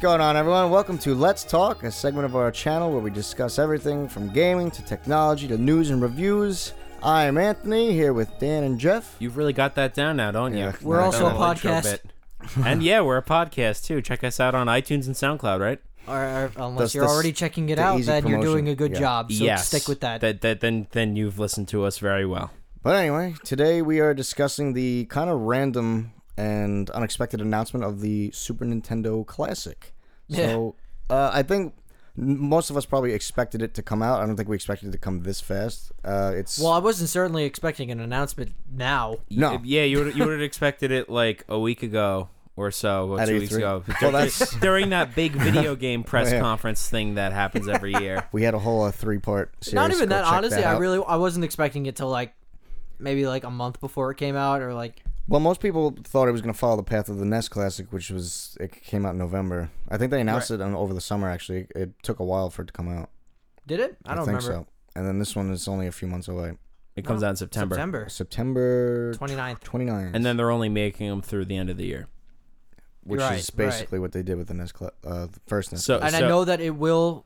going on, everyone? Welcome to Let's Talk, a segment of our channel where we discuss everything from gaming to technology to news and reviews. I am Anthony here with Dan and Jeff. You've really got that down now, don't you? Yeah. That We're also a little intro podcast. bit. and yeah, we're a podcast too. Check us out on iTunes and SoundCloud, right? Or, or unless That's you're the s- already checking it the out, easy then promotion. you're doing a good Yeah. job. So yes. stick with that. That, that. Then then you've listened to us very well. But anyway, today we are discussing the kind of random and unexpected announcement of the Super Nintendo Classic. So uh, I think n- most of us probably expected it to come out. I don't think we expected it to come this fast. Uh, it's well, I wasn't certainly expecting an announcement now. no. Yeah, you would you would have expected it like a week ago or so, or At two weeks E3. ago. Well, that's- Oh, during that big video game press Yeah. conference thing that happens every year. we had a whole uh, three-part series. Not even Go that. check Honestly, I out. really I wasn't expecting it till like maybe like a month before it came out, or like Well, most people thought it was going to follow the path of the NES Classic, which was it came out in November. I think they announced it on, over the summer. Actually, it took a while for it to come out. did it? I don't think so. remember. And then this one is only a few months away. It comes out in September. September September 29th. 29th. and then they're only making them through the end of the year. which Right, is basically what they did with the NES Cla- uh, the first NES. So, And I so- know that it will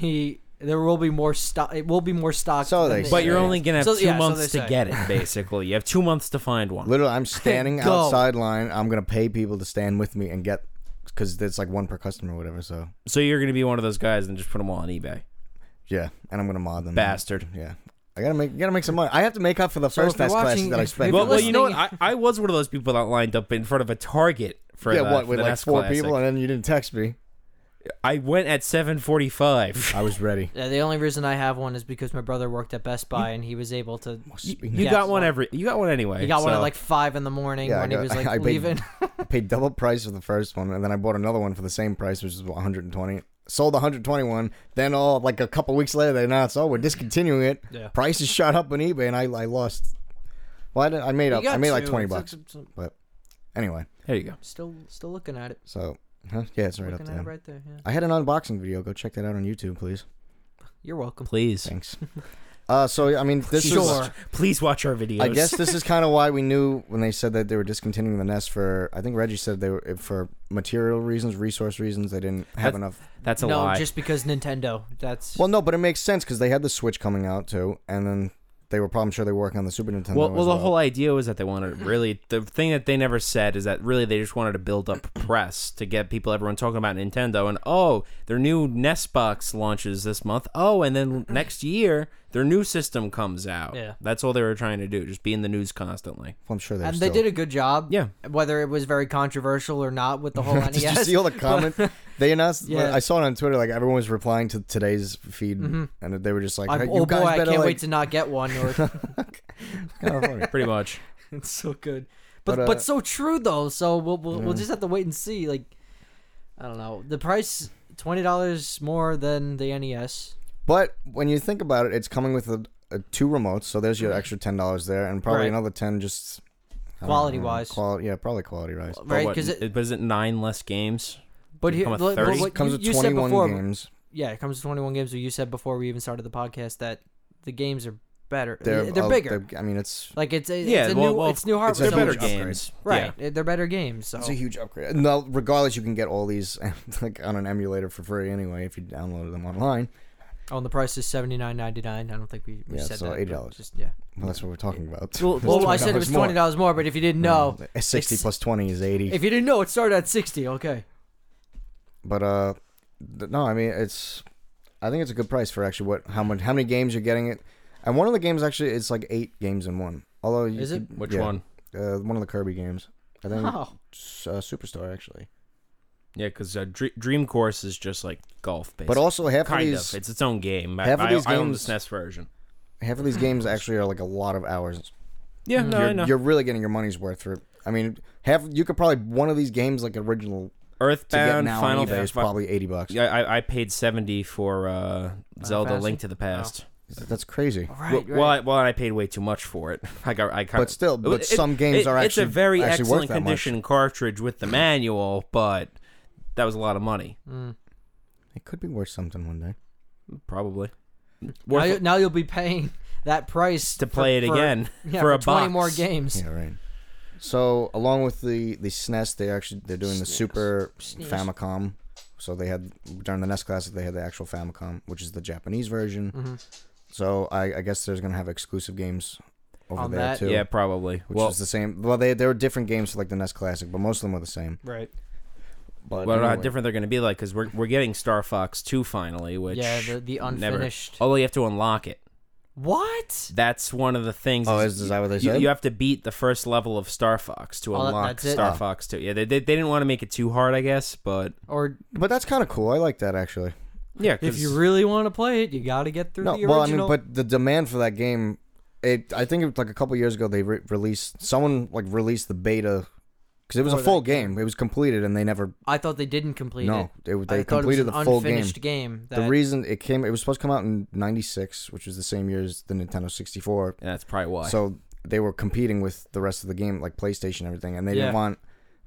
be there will be more stock. It will be more stock. So than they this But say. you're year. only gonna have So- two yeah, so months they to say. get it. Basically, you have two months to find one. literally, I'm standing Go. outside line. I'm gonna pay people to stand with me and get because it's like one per customer or whatever. So So you're gonna be one of those guys and just put them all on eBay, yeah, and I'm gonna mod them. bastard. Yeah, I gotta make gotta make some money. I have to make up for the first if you're NES Classic watching- that I if spent. you're Well, well, you know what? I, listening- I was one of those people that lined up in front of a Target for yeah, the, what for with the like NES four Classic. people, and then you didn't text me. I went at 7:45. I was ready. Yeah, the only reason I have one is because my brother worked at Best Buy and he was able to. You Yeah, got it's one fine. every. You got one anyway. He got one at so- like five in the morning Yeah, I when got- he was like I paid- leaving. I paid double price for the first one, and then I bought another one for the same price, which is 120. Sold the 121. Then all like a couple weeks later, they announced, "Oh, we're discontinuing it." Yeah. Prices shot up on eBay, and I, I lost. Well, I, did I made You up. I got made like two. 20 It's- bucks. it's- it's- Anyway, There you go. Still, still looking at it. so huh? yeah, it's right up looking there. at it right there. Yeah. I had an unboxing video. Go check that out on YouTube, please. You're welcome. Please, Thanks. uh, so I mean, this Sure. is please watch our videos. I guess this is kind of why we knew when they said that they were discontinuing the Nest for. I think Reggie said they were for material reasons, resource reasons. They didn't have That's- enough. that's a no, lie. just because Nintendo. That's Well, no, but it makes sense because they had the Switch coming out too, and then they were probably I'm sure they were working on the Super Nintendo. well, as well, the whole idea was that they wanted to really. The thing that they never said is that really they just wanted to build up press to get people, everyone talking about Nintendo, and oh, their new NES box launches this month. Oh, and then next year their new system comes out. Yeah. that's all they were trying to do, just be in the news constantly. Well, I'm sure they're and still. they did a good job. Yeah. Whether it was very controversial or not with the whole E NES. Did you see all the comment? they announced. Yeah. Mm-hmm. I saw it on Twitter. Like everyone was replying to today's feed, and they were just like, I'm- "Hey, oh "You boy, guys I better can't like." wait to not get one. Or Kinda funny. Pretty much. it's so good, but But, but, uh, so true though. So we'll we'll, we'll just have to wait and see. Like, I don't know. The price twenty dollars more than the E NES. but when you think about it, it's coming with a, a two remotes, so there's your extra ten dollars there, and probably Right. another ten just I don't know, Quality-wise. Quality, yeah, probably quality wise. But Right, what, because it, it was it nine less games. but it here, come with but- but 30? what It comes you, with you said 21 before, games. yeah, it comes with 21 games. But you said before we even started the podcast that the games are better. They're, They're, they're uh, bigger. I mean, it's like it's a, Yeah, it's a well- new well, it's new hardware. it's a They're so better much- huge upgrade. games, right? it- They're better games. So It's a huge upgrade. No, regardless, you can get all these like on an emulator for free anyway if you download them online. oh, and the price is 79.99. I don't think we, we Yeah, said so that. $8. Just yeah. Well, that's what we're talking about. Well, It's Well, I said it was $20 more. twenty dollars more, but if you didn't know, Uh, sixty it's- plus twenty is eighty. if you didn't know, it started at 60. Okay. but uh, th- no, I mean it's. I think it's a good price for actually what how much how many games you're getting it, and one of the games actually it's like eight games in one. Although you Is it? could- Which yeah, one? Uh, one of the Kirby games. I think Oh, s- uh, Superstar actually. Yeah, because uh, Dr- Dream Course is just like golf, basically. But also half kind of these of. It's its own game. half of I, these I, I own the games- SNES version. half of these games actually are like a lot of hours Yeah, no, I you're, know. you're really getting your money's worth for. I mean, have you could probably one of these games like original to get Earthbound, now Final on eBay is Fantasy. probably eighty bucks. Yeah, I, I paid seventy for uh, Zelda: Fantasy? Link to the Past. That's crazy. right. Well, right. well, I, well, I paid way too much for it. I got, I got, But still, but some games are It's a actually- very actually worth excellent that much. condition cartridge with the manual, but that was a lot of money, Mm. It could be worth something one day. probably. now, Worth you- now you'll be paying that price to for- play it for- again yeah, for a twenty box. more games. Yeah, right. So along with the the SNES, they actually they're doing the Super SNES. Famicom, So they had during the NES Classic, they had the actual Famicom, which is the Japanese version. Mm-hmm. So I, I guess there's gonna have exclusive games over On there that, too. Yeah, probably. Which well, was the same. Well, they there were different games for like the NES Classic, but most of them were the same. Right. But well, how anyway. different they're going to be like because we're we're getting Star Fox two finally, which yeah, the, the never- unfinished. Although you have to unlock it. What? That's one of the things. Oh, is, is that what they you, said? you have to beat the first level of Star Fox to Oh, that- unlock that's it? Star Oh. Fox Two. Yeah, they, they, they didn't want to make it too hard, I guess, but Or but that's kind of cool. I like that actually. yeah, if 'cause- you really want to play it, you got to get through No, the original. well, I mean, but the demand for that game, it. I think it was like a couple years ago they re- released someone like released the beta because it was For a full that game. It was completed, and they never. I thought they didn't complete it. no, they, I they thought it was completed an the full game. unfinished game. that, The reason it came, it was supposed to come out in '96, which was the same year as the Nintendo 64. yeah, that's probably why. So they were competing with the rest of the game, like PlayStation and everything, and they Yeah. didn't want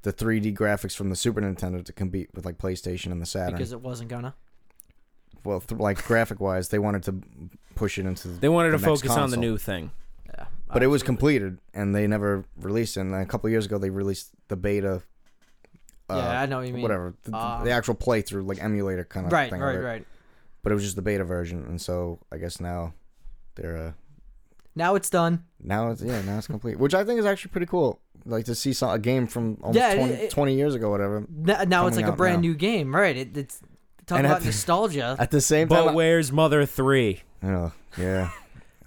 the 3D graphics from the Super Nintendo to compete with like PlayStation and the Saturn. because it wasn't gonna. well, th- like graphic wise, they wanted to push it into. they wanted the to next focus on the console. new thing. Yeah, but it was absolutely. completed and they never released it. And then a couple years ago, they released the beta. Uh, yeah, I know what you mean. whatever the, Ah. the actual playthrough, like emulator kind of Right, thing. of right, it. right. But it was just the beta version, and so I guess now they're uh, Now it's done. now it's yeah now it's complete, which I think is actually pretty cool. Like to see some, a game from almost Yeah, it- 20, it- 20 years ago, whatever. N- now it's Coming like a out brand now. new game, right? It, it's talk And at about the- nostalgia. At the same But time, where's Mother Three? I, you know, yeah.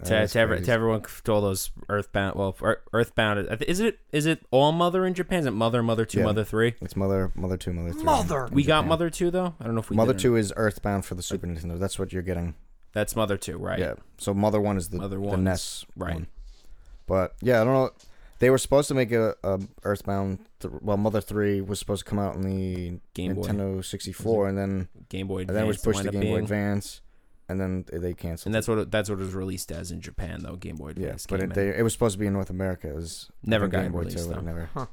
To, That's to, every, crazy. to everyone, to all those Earthbound. Well, Ear- Earthbound I thi- is it? Is it all Mother in Japan? Is it Mother, Mother Two, Yeah. Mother Three? it's mother, mother two, mother three. Mother. in We got Japan. Mother Two though. I don't know if we Mother did or two is Earthbound for the Super Nintendo. That's what you're getting. not. That's Mother Two, right? Yeah. So Mother One is the Mother the One, NES right. one. But yeah, I don't know. They were supposed to make a, a Earthbound. Th- well, Mother Three was supposed to come out on the Game Boy, Nintendo 64, and then Game Boy, and then it was Advance pushed to wound up Game Boy being- Advance, and then they- they canceled. and that's what it, that's what it was released as in Japan though. Game Boy it. yeah, Advance. but came it, in. they, it was supposed to be in North America. It was Never in got Game Boy released, but it though. Never, Huh.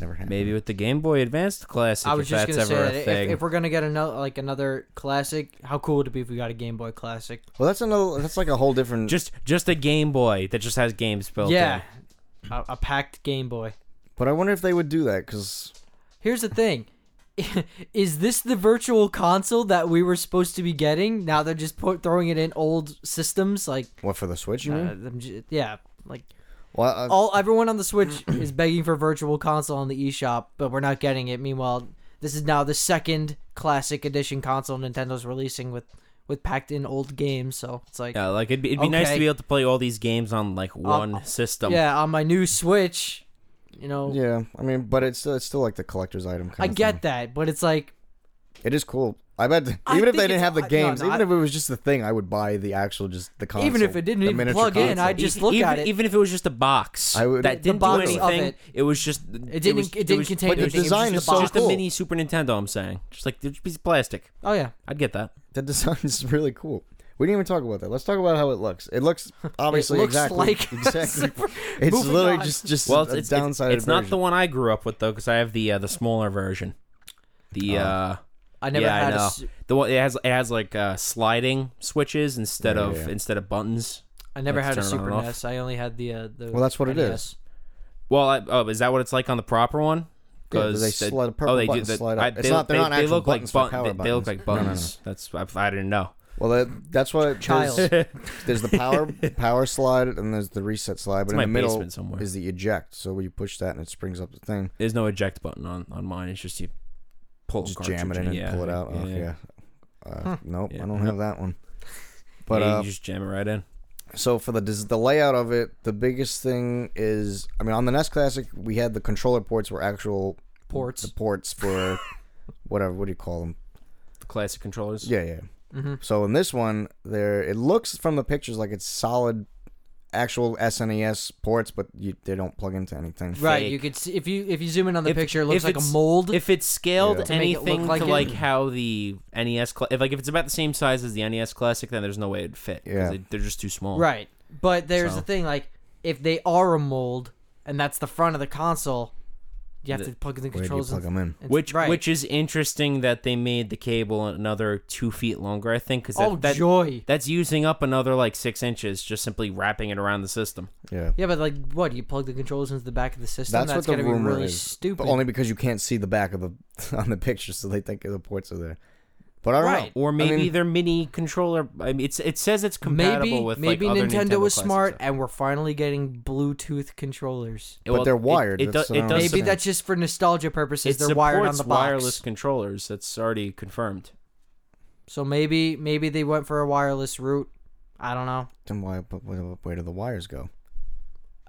never happened. Maybe with the Game Boy Advance classic, I was if just that's gonna say ever that a if, thing. if we're gonna get another like another classic, how cool would it be if we got a Game Boy Classic? Well, that's another. That's like a whole different. just just a Game Boy that just has games built yeah, a, a packed Game Boy. but I wonder if they would do that because Here's the thing. Is this the virtual console that we were supposed to be getting? Now they're just put, throwing it in old systems, like what for the Switch? You uh, mean? I'm ju- yeah, like Well, uh, all everyone on the Switch is begging for Virtual Console on the eShop, but we're not getting it. Meanwhile, this is now the second Classic Edition console Nintendo's releasing with with packed in old games. So it's like, in. Yeah, like it'd be, it'd be nice to Okay. Um, be able to play all these games on like one system. yeah, on my new Switch, you know, yeah. I mean, but it's still, it's still like the collector's item. Kind Oh. I of get thing. that, but it's like, It is cool. I bet even I if think they didn't it's- have the I- no, games, no, even I- if it was just the thing, I would buy the actual just the console. Even if it didn't the even miniature plug in, console. I'd just E- look even, at it. Even if it was just a box I would- that The didn't box do of anything, it. was just it didn't was- it didn't was- contain but the anything. design it was is just a so box. just a cool. mini Super Nintendo. I'm saying, just like there's piece of plastic. Oh yeah, I'd get that. the design's really cool. We didn't even talk about that. Let's talk about how it looks. It looks obviously it looks exactly like exactly. It's Moving literally on. just just Well, a it's it's, it's, downside. it's not the one I grew up with though, because I have the uh, the smaller version. The Oh. uh, I never yeah, had I a know. s- the one it has it has like uh, sliding switches instead Yeah, of yeah, yeah. instead of buttons. I never Let's had turn a it on Super and off. NES. I only had the uh, the Well, that's what it NES. is. Well, I, oh, is that what it's like on the proper one? Yeah, do they the- slide- purple buttons the- slide up. I, It's they, not- they're they, not they actual look buttons, like they're button- power they, they buttons. look like No, no, no. buttons. That's I, I didn't know. Well, that, that's why Child. there's, there's the power power slide and there's the reset slide, but my in the middle basement somewhere. is the eject. So when you push that and it springs up the thing, There's no eject button on, on mine. It's just you pull just cartridge jam it in and yeah, pull it out. Yeah, Oh, yeah. Uh, Nope, Yeah. I don't have that one. But Yeah, uh, you just jam it right in. so for the des- the layout of it, the biggest thing is, I mean, on the NES Classic, we had the controller ports were actual Ports. the ports for whatever. What do you call them? The classic controllers. Yeah, yeah. Mhm. So in this one, there it looks from the pictures like it's solid, actual SNES ports, but you, they don't plug into anything. Right, fake. you could see if you if you zoom in on the If- picture, it looks if like a it's- mold. If it's scaled Yeah. To make it look anything like to it. like how the NES, cla if like if it's about the same size as the NES Classic, then there's no way it'd fit. 'cause Yeah. they, they're just too small. Right. But there's So- the thing like if they are a mold and that's the front of the console, You have to plug in the Where do you controls. plug and, them in? and- Which right. which is interesting that they made the cable another two feet longer. I think because oh that, joy. that's using up another like six inches just simply wrapping it around the system. Yeah. Yeah, but like, what? You plug the controls into the back of the system. That's, That's, what gotta the be rumor really is. stupid. But only because you can't see the back of the on the picture, so they think the ports are there. But I don't Right. know. Or I maybe mean, their mini controller. I mean, it's it says it's compatible maybe with maybe like, other Nintendo, Nintendo was classics. smart, and we're finally getting Bluetooth controllers. But they're wired, It, it, do- that's what I it don't does. Maybe understand. that's just for nostalgia purposes. it They're wired on supports the box. wireless controllers. That's already confirmed. So maybe maybe they went for a wireless route. I don't know. then why? But where, where do the wires go?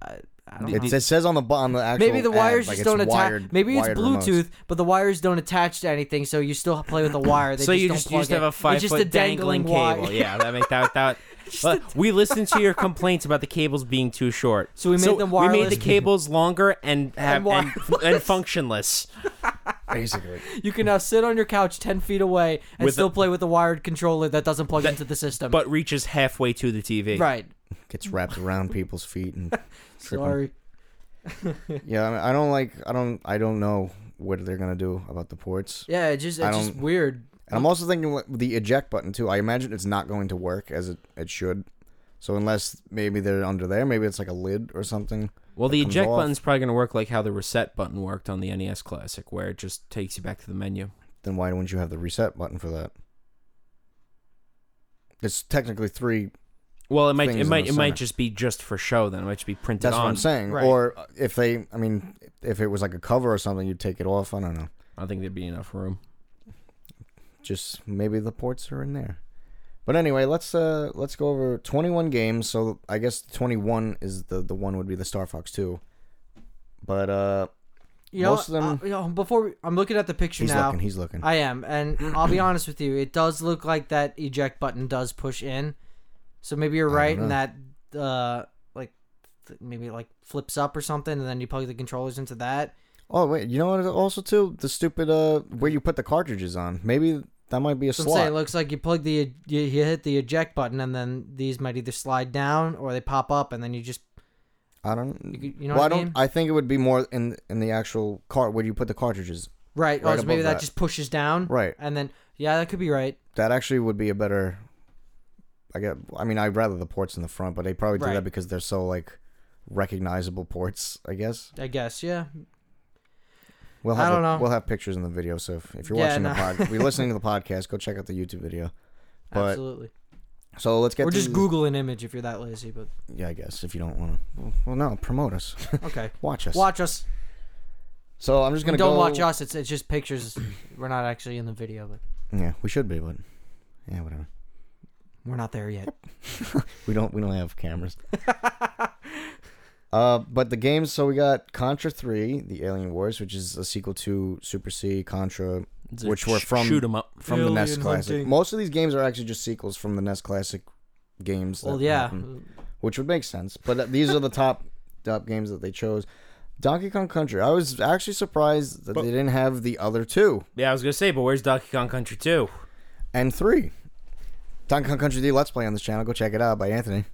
I, I don't It, know. it says on the bo- on the actual. Maybe the ad, wires like, just it's don't attach. wired- Maybe it's wired Bluetooth, remotes. but the wires don't attach to anything, so you still play with a wire. They so just you don't just plug used to have it. a five it's just foot a dangling, dangling, cable. Wire. yeah, that make that that. But we listened to your complaints about the cables being too short. So we made them We made the wireless. cables longer and have, and, wireless. and functionless. Basically, You can now sit on your couch ten feet away and With still a- play with a wired controller that doesn't plug into the system. but reaches halfway to the TV. right, gets wrapped around people's feet and. Tripping. sorry. Yeah, I, mean, I don't like. I don't. I don't know what they're gonna do about the ports. Yeah, it's just I it's just don't- weird. And I'm also thinking what, the eject button too. I imagine it's not going to work as it, it should. So unless maybe they're under there, maybe it's like a lid or something. Well, the comes eject off. button's probably going to work like how the reset button worked on the NES Classic, where it just takes you back to the menu. Then why wouldn't you have the reset button for that? It's technically three. Well, it might Things it in might the it might center. just be just for show. Then it might just be printed That's on. what I'm saying. Right. Or if they, I mean, if it was like a cover or something, you'd take it off. I don't know. I think there'd be enough room. Just maybe the ports are in there. But anyway, let's uh let's go over 21 games. So I guess 21 is the the one would be the Star Fox 2. But uh, You know, Most of them- uh, you know, before we, I'm looking at the picture he's now. looking. He's looking. I am, and I'll be honest with you. It does look like that eject button does push in, so maybe you're don't right in that, uh, like th- maybe it, like flips up or something, and then you plug the controllers into that. Oh wait, you know what? Also, too, the stupid uh, where you put the cartridges on. Maybe that might be a So I'm slot. saying it looks like you plug the you, you hit the eject button, and then these might either slide down or they pop up, and then you just I don't. you, you know well, I what I don't. mean? I think it would be more in in the actual cart where you put the cartridges. right? right or so maybe above that, that. just pushes down, Right. And then yeah, that could be right. That actually would be a better. I get. I mean, I'd rather the ports in the front, but they probably do Right. that because they're so like recognizable ports. I guess I guess yeah. we'll I have don't a- know. we'll have pictures in the video. So if, if you're Yeah, watching no. the pod, if you're listening to the podcast, go check out the YouTube video. But- Absolutely. So let's get. Or to just the- Google an image if you're that lazy. But Yeah, I guess if you don't want to. Well, no, promote us. okay, Watch us. watch us. So I'm just gonna And don't go. watch us. It's it's just pictures. We're not actually in the video, but Yeah, we should be, but yeah, whatever. we're not there yet. We don't we don't have cameras. uh, but the games. So we got Contra Three: The Alien Wars, which is a sequel to Super C Contra It's a Which were sh- from- shoot 'em up. from the NES Alien Classic. hunting. Most of these games are actually just sequels from the NES Classic games. Well, that yeah, happened, which would make sense. But uh, these are the top top games that they chose. Donkey Kong Country. I was actually surprised that But- they didn't have the other two Yeah, I was gonna say, but where's Donkey Kong Country 2? and three. Donkey Kong Country D Let's Play on this channel. Go check it out by Anthony.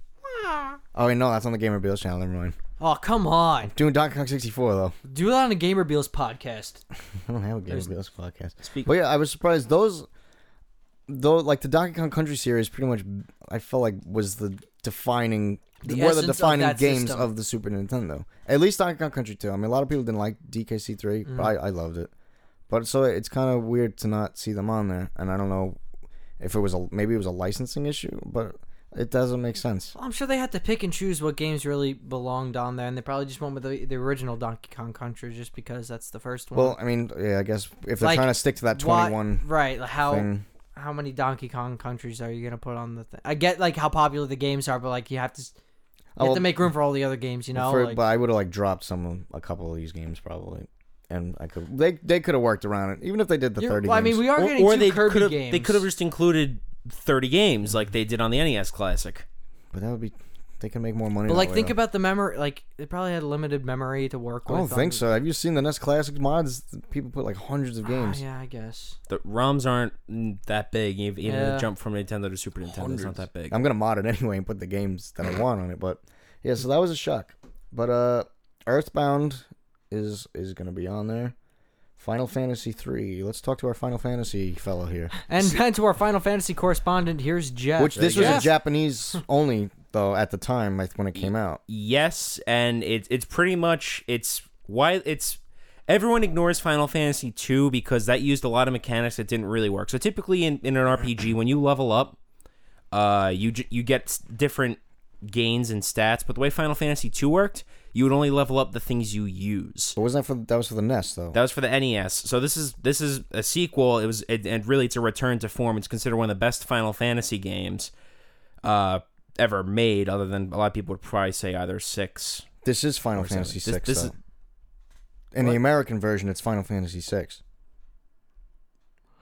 Oh, wait, no, that's on the Gamer Bills channel. Never mind. Oh come on, Doing Donkey Kong 64 though. do that on a Gamer Beals podcast. I don't have a Game There's- of Bills podcast. Speak- But yeah, I was surprised. Those, though, like the Donkey Kong Country series, pretty much, I felt like was the defining, The were the essence of defining that games system. of the Super Nintendo. At least Donkey Kong Country 2. I mean, a lot of people didn't like DKC 3, but Mm. I, I loved it. But so it's kind of weird to not see them on there, and I don't know if it was a maybe it was a licensing issue, but it doesn't make sense. Well, I'm sure they had to pick and choose what games really belonged on there, and they probably just went with the, the original Donkey Kong Country just because that's the first one. Well, I mean, yeah, I guess if they're Like, trying to stick to that Why- 21 right? like, How thing, how many Donkey Kong countries are you gonna put on the thing? I get like how popular the games are, but like you have to s- you Oh, have well, to make room for all the other games, you know? For- like, but I would have like dropped some of- a couple of these games probably, and I could they they could have worked around it even if they did the you're- thirty. well, I mean, games. we are Or, getting or two they could Kirby have games. they could have just included 30 games like they did on the NES Classic. but that would be they can make more money. But that like, way, think though. about the memory. Like, they probably had limited memory to work with. I don't on- think so. Have you seen the NES Classic mods? People put like hundreds of Ah, games. yeah, I guess. The ROMs aren't mm, that big. ev- Even Yeah. the jump from Nintendo to Super Nintendo is not that big. I'm gonna mod it anyway and put the games that I want on it. But yeah, so that was a shock. But uh, Earthbound is is going to be on there. Final Fantasy three. Let's talk to our Final Fantasy fellow here. And, and to our Final Fantasy correspondent, here's Jeff. Which this was Jeff. in Japanese only though at the time like, when it came out. Yes, and it's it's pretty much it's why it's everyone ignores Final Fantasy 2 because that used a lot of mechanics that didn't really work. So typically in, in an RPG when you level up, uh you j- you get s- different gains and stats, but the way Final Fantasy 2 worked, you would only level up the things you use. But wasn't that for that was for the NES though? That was for the NES. So this is this is a sequel. It was it, and really it's a return to form. It's considered one of the best Final Fantasy games uh, ever made. Other than a lot of people would probably say either six. this is Final seven. Fantasy This- six. this though. is- in the American version, it's Final Fantasy six.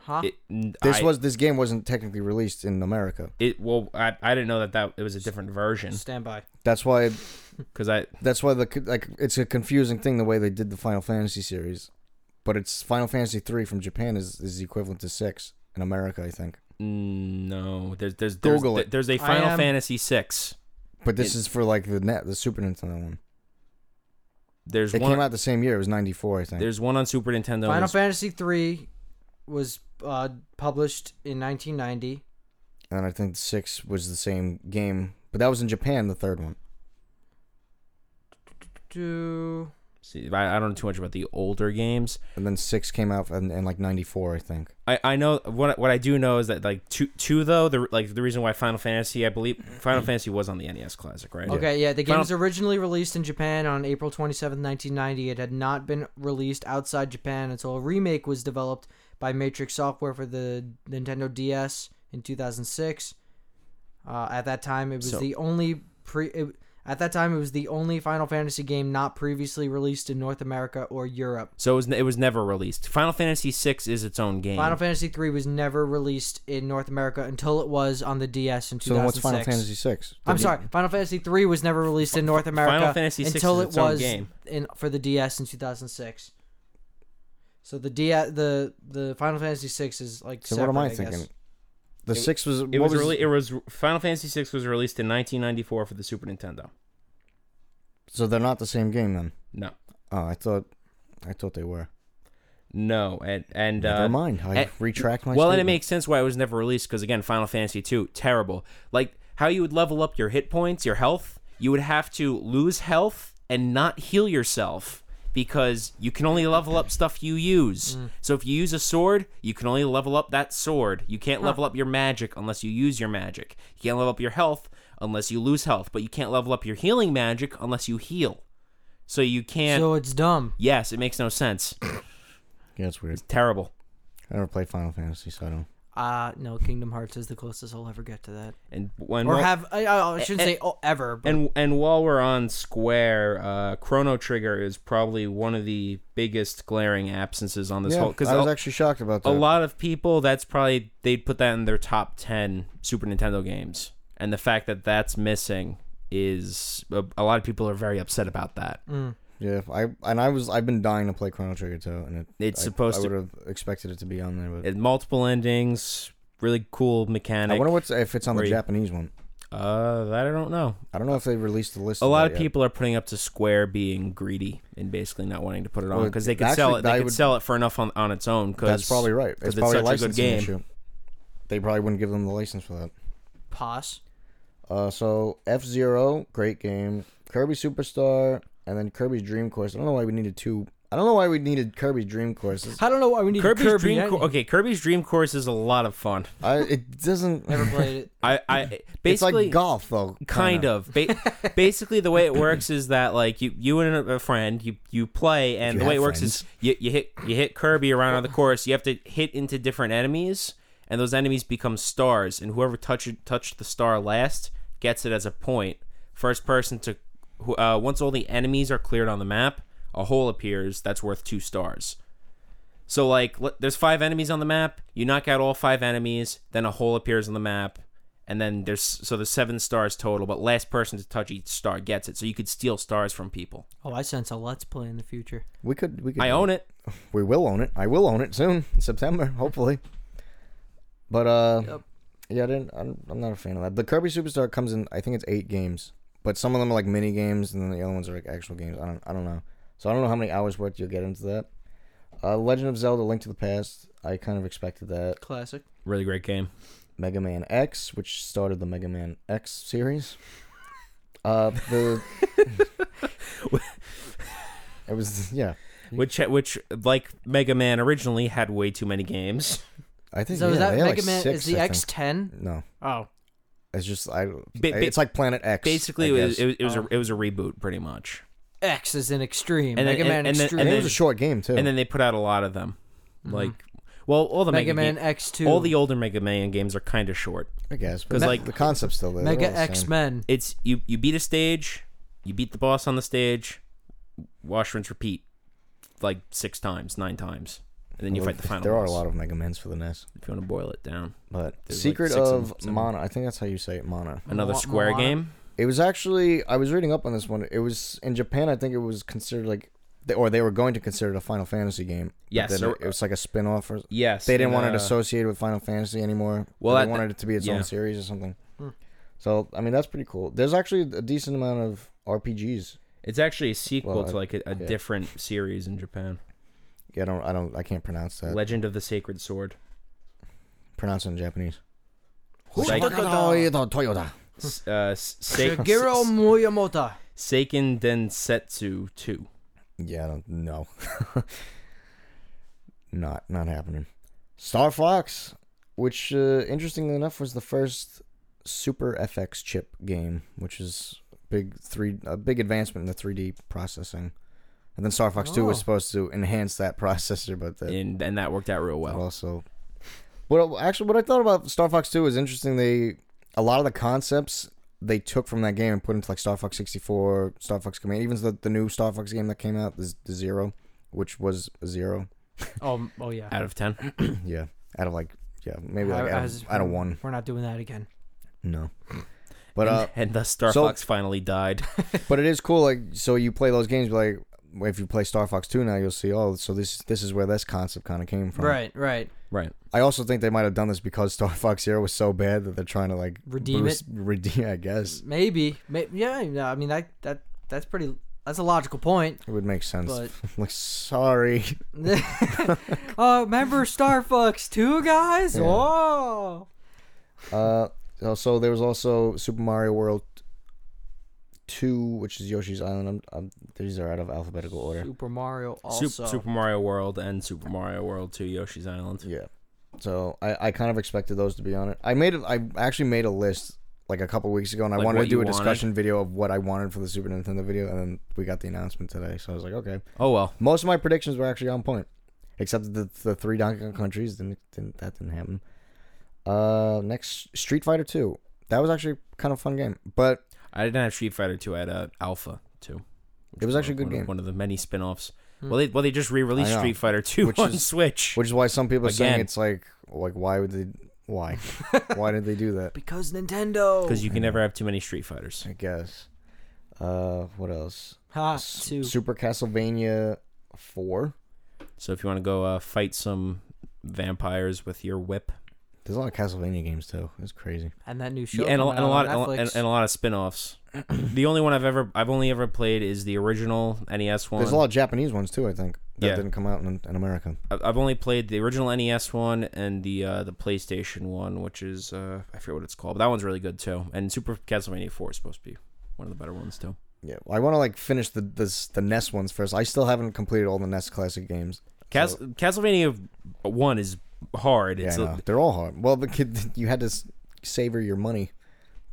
Huh? It, n- This I- was this game wasn't technically released in America. it. Well, I, I didn't know that that it was a different version Stand by. That's why because I that's why the like it's a confusing thing the way they did the Final Fantasy series, but it's Final Fantasy three from Japan is is the equivalent to six in America, I think. mm, no. There's there's there's, Google it. there's a I Final am- Fantasy six. But this is for like the net the Super Nintendo one. There's It one. came out the same year. It was ninety four, I think. there's one on Super Nintendo. Final there's- Fantasy three was uh, published in 1990. and I think six was the same game, but that was in Japan. The third one. Do see, I, I don't know too much about the older games. And then six came out in, in like '94, I think. I, I know what what I do know is that like two two though the like the reason why Final Fantasy I believe Final Mm. Fantasy was on the NES Classic right Okay, yeah, the game Final- was originally released in Japan on April 27, 1990. It had not been released outside Japan until a remake was developed by Matrix Software for the Nintendo DS in 2006. Uh, at that time, it was So- the only pre. It, at that time, it was the only Final Fantasy game not previously released in North America or Europe. so it was it was never released Final Fantasy VI is its own game Final Fantasy III was never released in North America until it was on the DS in 2006. So then, what's Final Fantasy six? I'm sorry, Final Fantasy III was never released in North America Fantasy VI until is it its own was game. in for the DS in 2006. So the DS, the the Final Fantasy VI is like. So separate, what am I, guess. thinking? The six was it what was, was really it was Final Fantasy VI was released in 1994 for the Super Nintendo so they're not the same game then. no Oh, I thought, I thought they were. no and and Never uh, mind. I and- retract my. well and it statement. makes sense why it was never released because again Final Fantasy two terrible like how you would level up your hit points your health you would have to lose health and not heal yourself because you can only level up stuff you use. Mm. So if you use a sword, you can only level up that sword. You can't level up your magic unless you use your magic. You can't level up your health unless you lose health, but you can't level up your healing magic unless you heal. So you can't So it's dumb. Yes, it makes no sense. Yeah, it's weird. Terrible. I never played Final Fantasy, so I don't. Uh no, Kingdom Hearts is the closest I'll ever get to that, And when or we'll- have I, I shouldn't and- say oh, ever, but And and while we're on Square, uh, Chrono Trigger is probably one of the biggest glaring absences on this Yeah, whole because I was actually shocked about that. a lot of people that's probably they'd put that in their top 10 super nintendo games and the fact that that's missing is a, a lot of people are very upset about that Mm. Yeah, I and I was I've been dying to play Chrono Trigger too, and it, It's I- supposed I to- would have expected it to be on there, but It- multiple endings really cool I mechanic wonder what's if it's on the Where you- Japanese one. uh that i don't know I don't know if they released the list. a of lot that of yet. people are putting up to square being greedy and basically not wanting to put it on Well, because they could sell actually, it they I could would- sell it for enough on, on its own because That's probably right. It's it's probably such a a good licensing game. issue. They probably wouldn't give them the license for that. eh. pause. Uh, so F Zero, great game. Kirby Superstar, and then Kirby's Dream Course. I don't know why we needed two. I don't know why we needed Kirby's Dream Course. It's- I don't know why we need kirby's Kirby. dream I Cour- okay kirby's dream course is a lot of fun I, it doesn't. Never played it. i i basically it's like golf though. kind of ba- basically the way it works is that like you you and a friend you you play and you the way it have works is you, you hit you hit kirby around on the course you have to hit into different enemies and those enemies become stars and whoever touch touched the star last gets it as a point first person to who- uh, once all the enemies are cleared on the map a hole appears that's worth two stars so like let, there's five enemies on the map. You knock out all five enemies, then a hole appears on the map, and then there's so there's seven stars total, but last person to touch each star gets it. So you could steal stars from people. Oh, I sense a let's play in the future. We could. We could. I own it. We will own it. I will own it soon, in September, hopefully. But uh, Yep. yeah, I didn't. I'm, I'm not a fan of that. The Kirby Superstar comes in. I think it's eight games, but some of them are like mini games, and then the other ones are like actual games. I don't. I don't know. So I don't know how many hours worth you'll get into that. Uh, Legend of Zelda: Link to the Past. I kind of expected that. Classic. Really great game. Mega Man X, which started the Mega Man X series. Uh, the it was yeah. Which which like Mega Man originally had way too many games. I think So yeah, is that they had, Mega like, Man? six, is the I X think. ten? No, Oh, it's just I. ba- it's like Planet X. Basically, I it was, guess. Uh-huh. it was it was a it was a reboot pretty much. X is an extreme. And then- Mega and- Man and then- Extreme. and and it was a then- short game too. And then they put out a lot of them. Mm-hmm. Like well, all the Mega, Mega, Man Ga- X two. all the older Mega Man games are kind of short. I guess 'cause, because like like, the concept's still there. They're all Mega the same. X Men. It's you you beat a stage, you beat the boss on the stage, wash rinse repeat like 6 times, 9 times. And then you Well, fight the final There are a boss, lot of Mega Mans for the NES, If you want to boil it down. but There's, like, Secret six of of them, so- Mana. I think that's how you say it, Mana. Another Mo- Square Moana? game? It was actually I was reading up on this one. It was in Japan. I think it was considered like, they, or they were going to consider it a Final Fantasy game. but Yes, then so- it, it was like a spin off. Or Yes. uh, they didn't want it to. associated with Final Fantasy anymore. Well, they at the- wanted it to be its yeah. own series or something. So I mean, that's pretty cool. There's actually a decent amount of RPGs. It's actually a sequel Well, I- to like a, a yeah. different series in Japan. Yeah, I don't, I don't, I can't pronounce that. Legend of the Sacred Sword. Pronounce it in Japanese. Like- Toyota. S- Uh, s- Se- Shigeru S- Miyamoto. Seiken Densetsu 2. Yeah, I don't know. not not happening. Star Fox, which uh, interestingly enough was the first Super FX chip game, which is big three a big advancement in the 3D processing. And then Star Fox 2 was Oh. supposed to enhance that processor, but that And, and that worked out real well. also. Well, actually, what I thought about Star Fox 2 is interesting. They a lot of the concepts they took from that game and put into like Star Fox 64, Star Fox Command, even the, the new Star Fox game that came out, the, the Zero, which was a zero. Oh, m- oh yeah. Out of 10. yeah, out of like yeah, maybe like I- I out, was- of, out of one. We're not doing that again. No, but uh, and thus Star so- Fox finally died. but it is cool. Like, so you play those games, like if you play Star Fox 2 now, you'll see. Oh, so this this is where this concept kind of came from. Right, right. right. I also think they might have done this because Star Fox Zero was so bad that they're trying to like Redeem it. Redeem, I guess Maybe. May- yeah, no, I mean that that that's pretty. That's a logical point. it would make sense. But- like, sorry, uh, remember Star Fox Two guys? Yeah. Oh, Uh, so there was also Super Mario World Two, which is Yoshi's Island. I'm, I'm, these are out of alphabetical order. Super Mario also. Sup- Super Mario World and Super Mario World 2 Yoshi's Island. Yeah. So I, I kind of expected those to be on it. I made it. I actually made a list like a couple weeks ago, and I Like wanted to what do you a discussion video of what I wanted for the Super Nintendo video, and then we got the announcement today. So I was like, okay. Oh, well. Most of my predictions were actually on point, except the the three Donkey Kong countries didn't, didn't that didn't happen. Uh, next Street Fighter Two. That was actually kind of a fun game, but I didn't have Street Fighter 2. I had uh, Alpha 2. which It was one- actually a good one of- game. One of the many spin offs. Hmm. Well, they, well, they just re released I know. Street Fighter 2 Which on is- Switch. Which is why some people are saying Again. it's like, like why would they, why, why did they do that? because Nintendo. Because you can never have too many Street Fighters. I guess. Uh, what else? ha S- two. Super Castlevania Four. So if you want to go uh, fight some vampires with your whip, There's a lot of Castlevania games too. It's crazy. and that new show. yeah, and, a, coming and a out lot on and, Netflix. and a lot of spin-offs. the only one I've ever I've only ever played is the original NES one. There's a lot of Japanese ones too. I think that Yeah. didn't come out in, in America. I- I've only played the original NES one and the uh, the PlayStation one, which is uh, I forget what it's called, but that one's really good too. And Super Castlevania Four is supposed to be one of the better ones too. Yeah, well, I want to like finish the this, the NES ones first. I still haven't completed all the NES classic games. Cas- Castlevania One is hard. Yeah, It's I know. a, they're all hard. Well, the kid, you had to s- savor your money.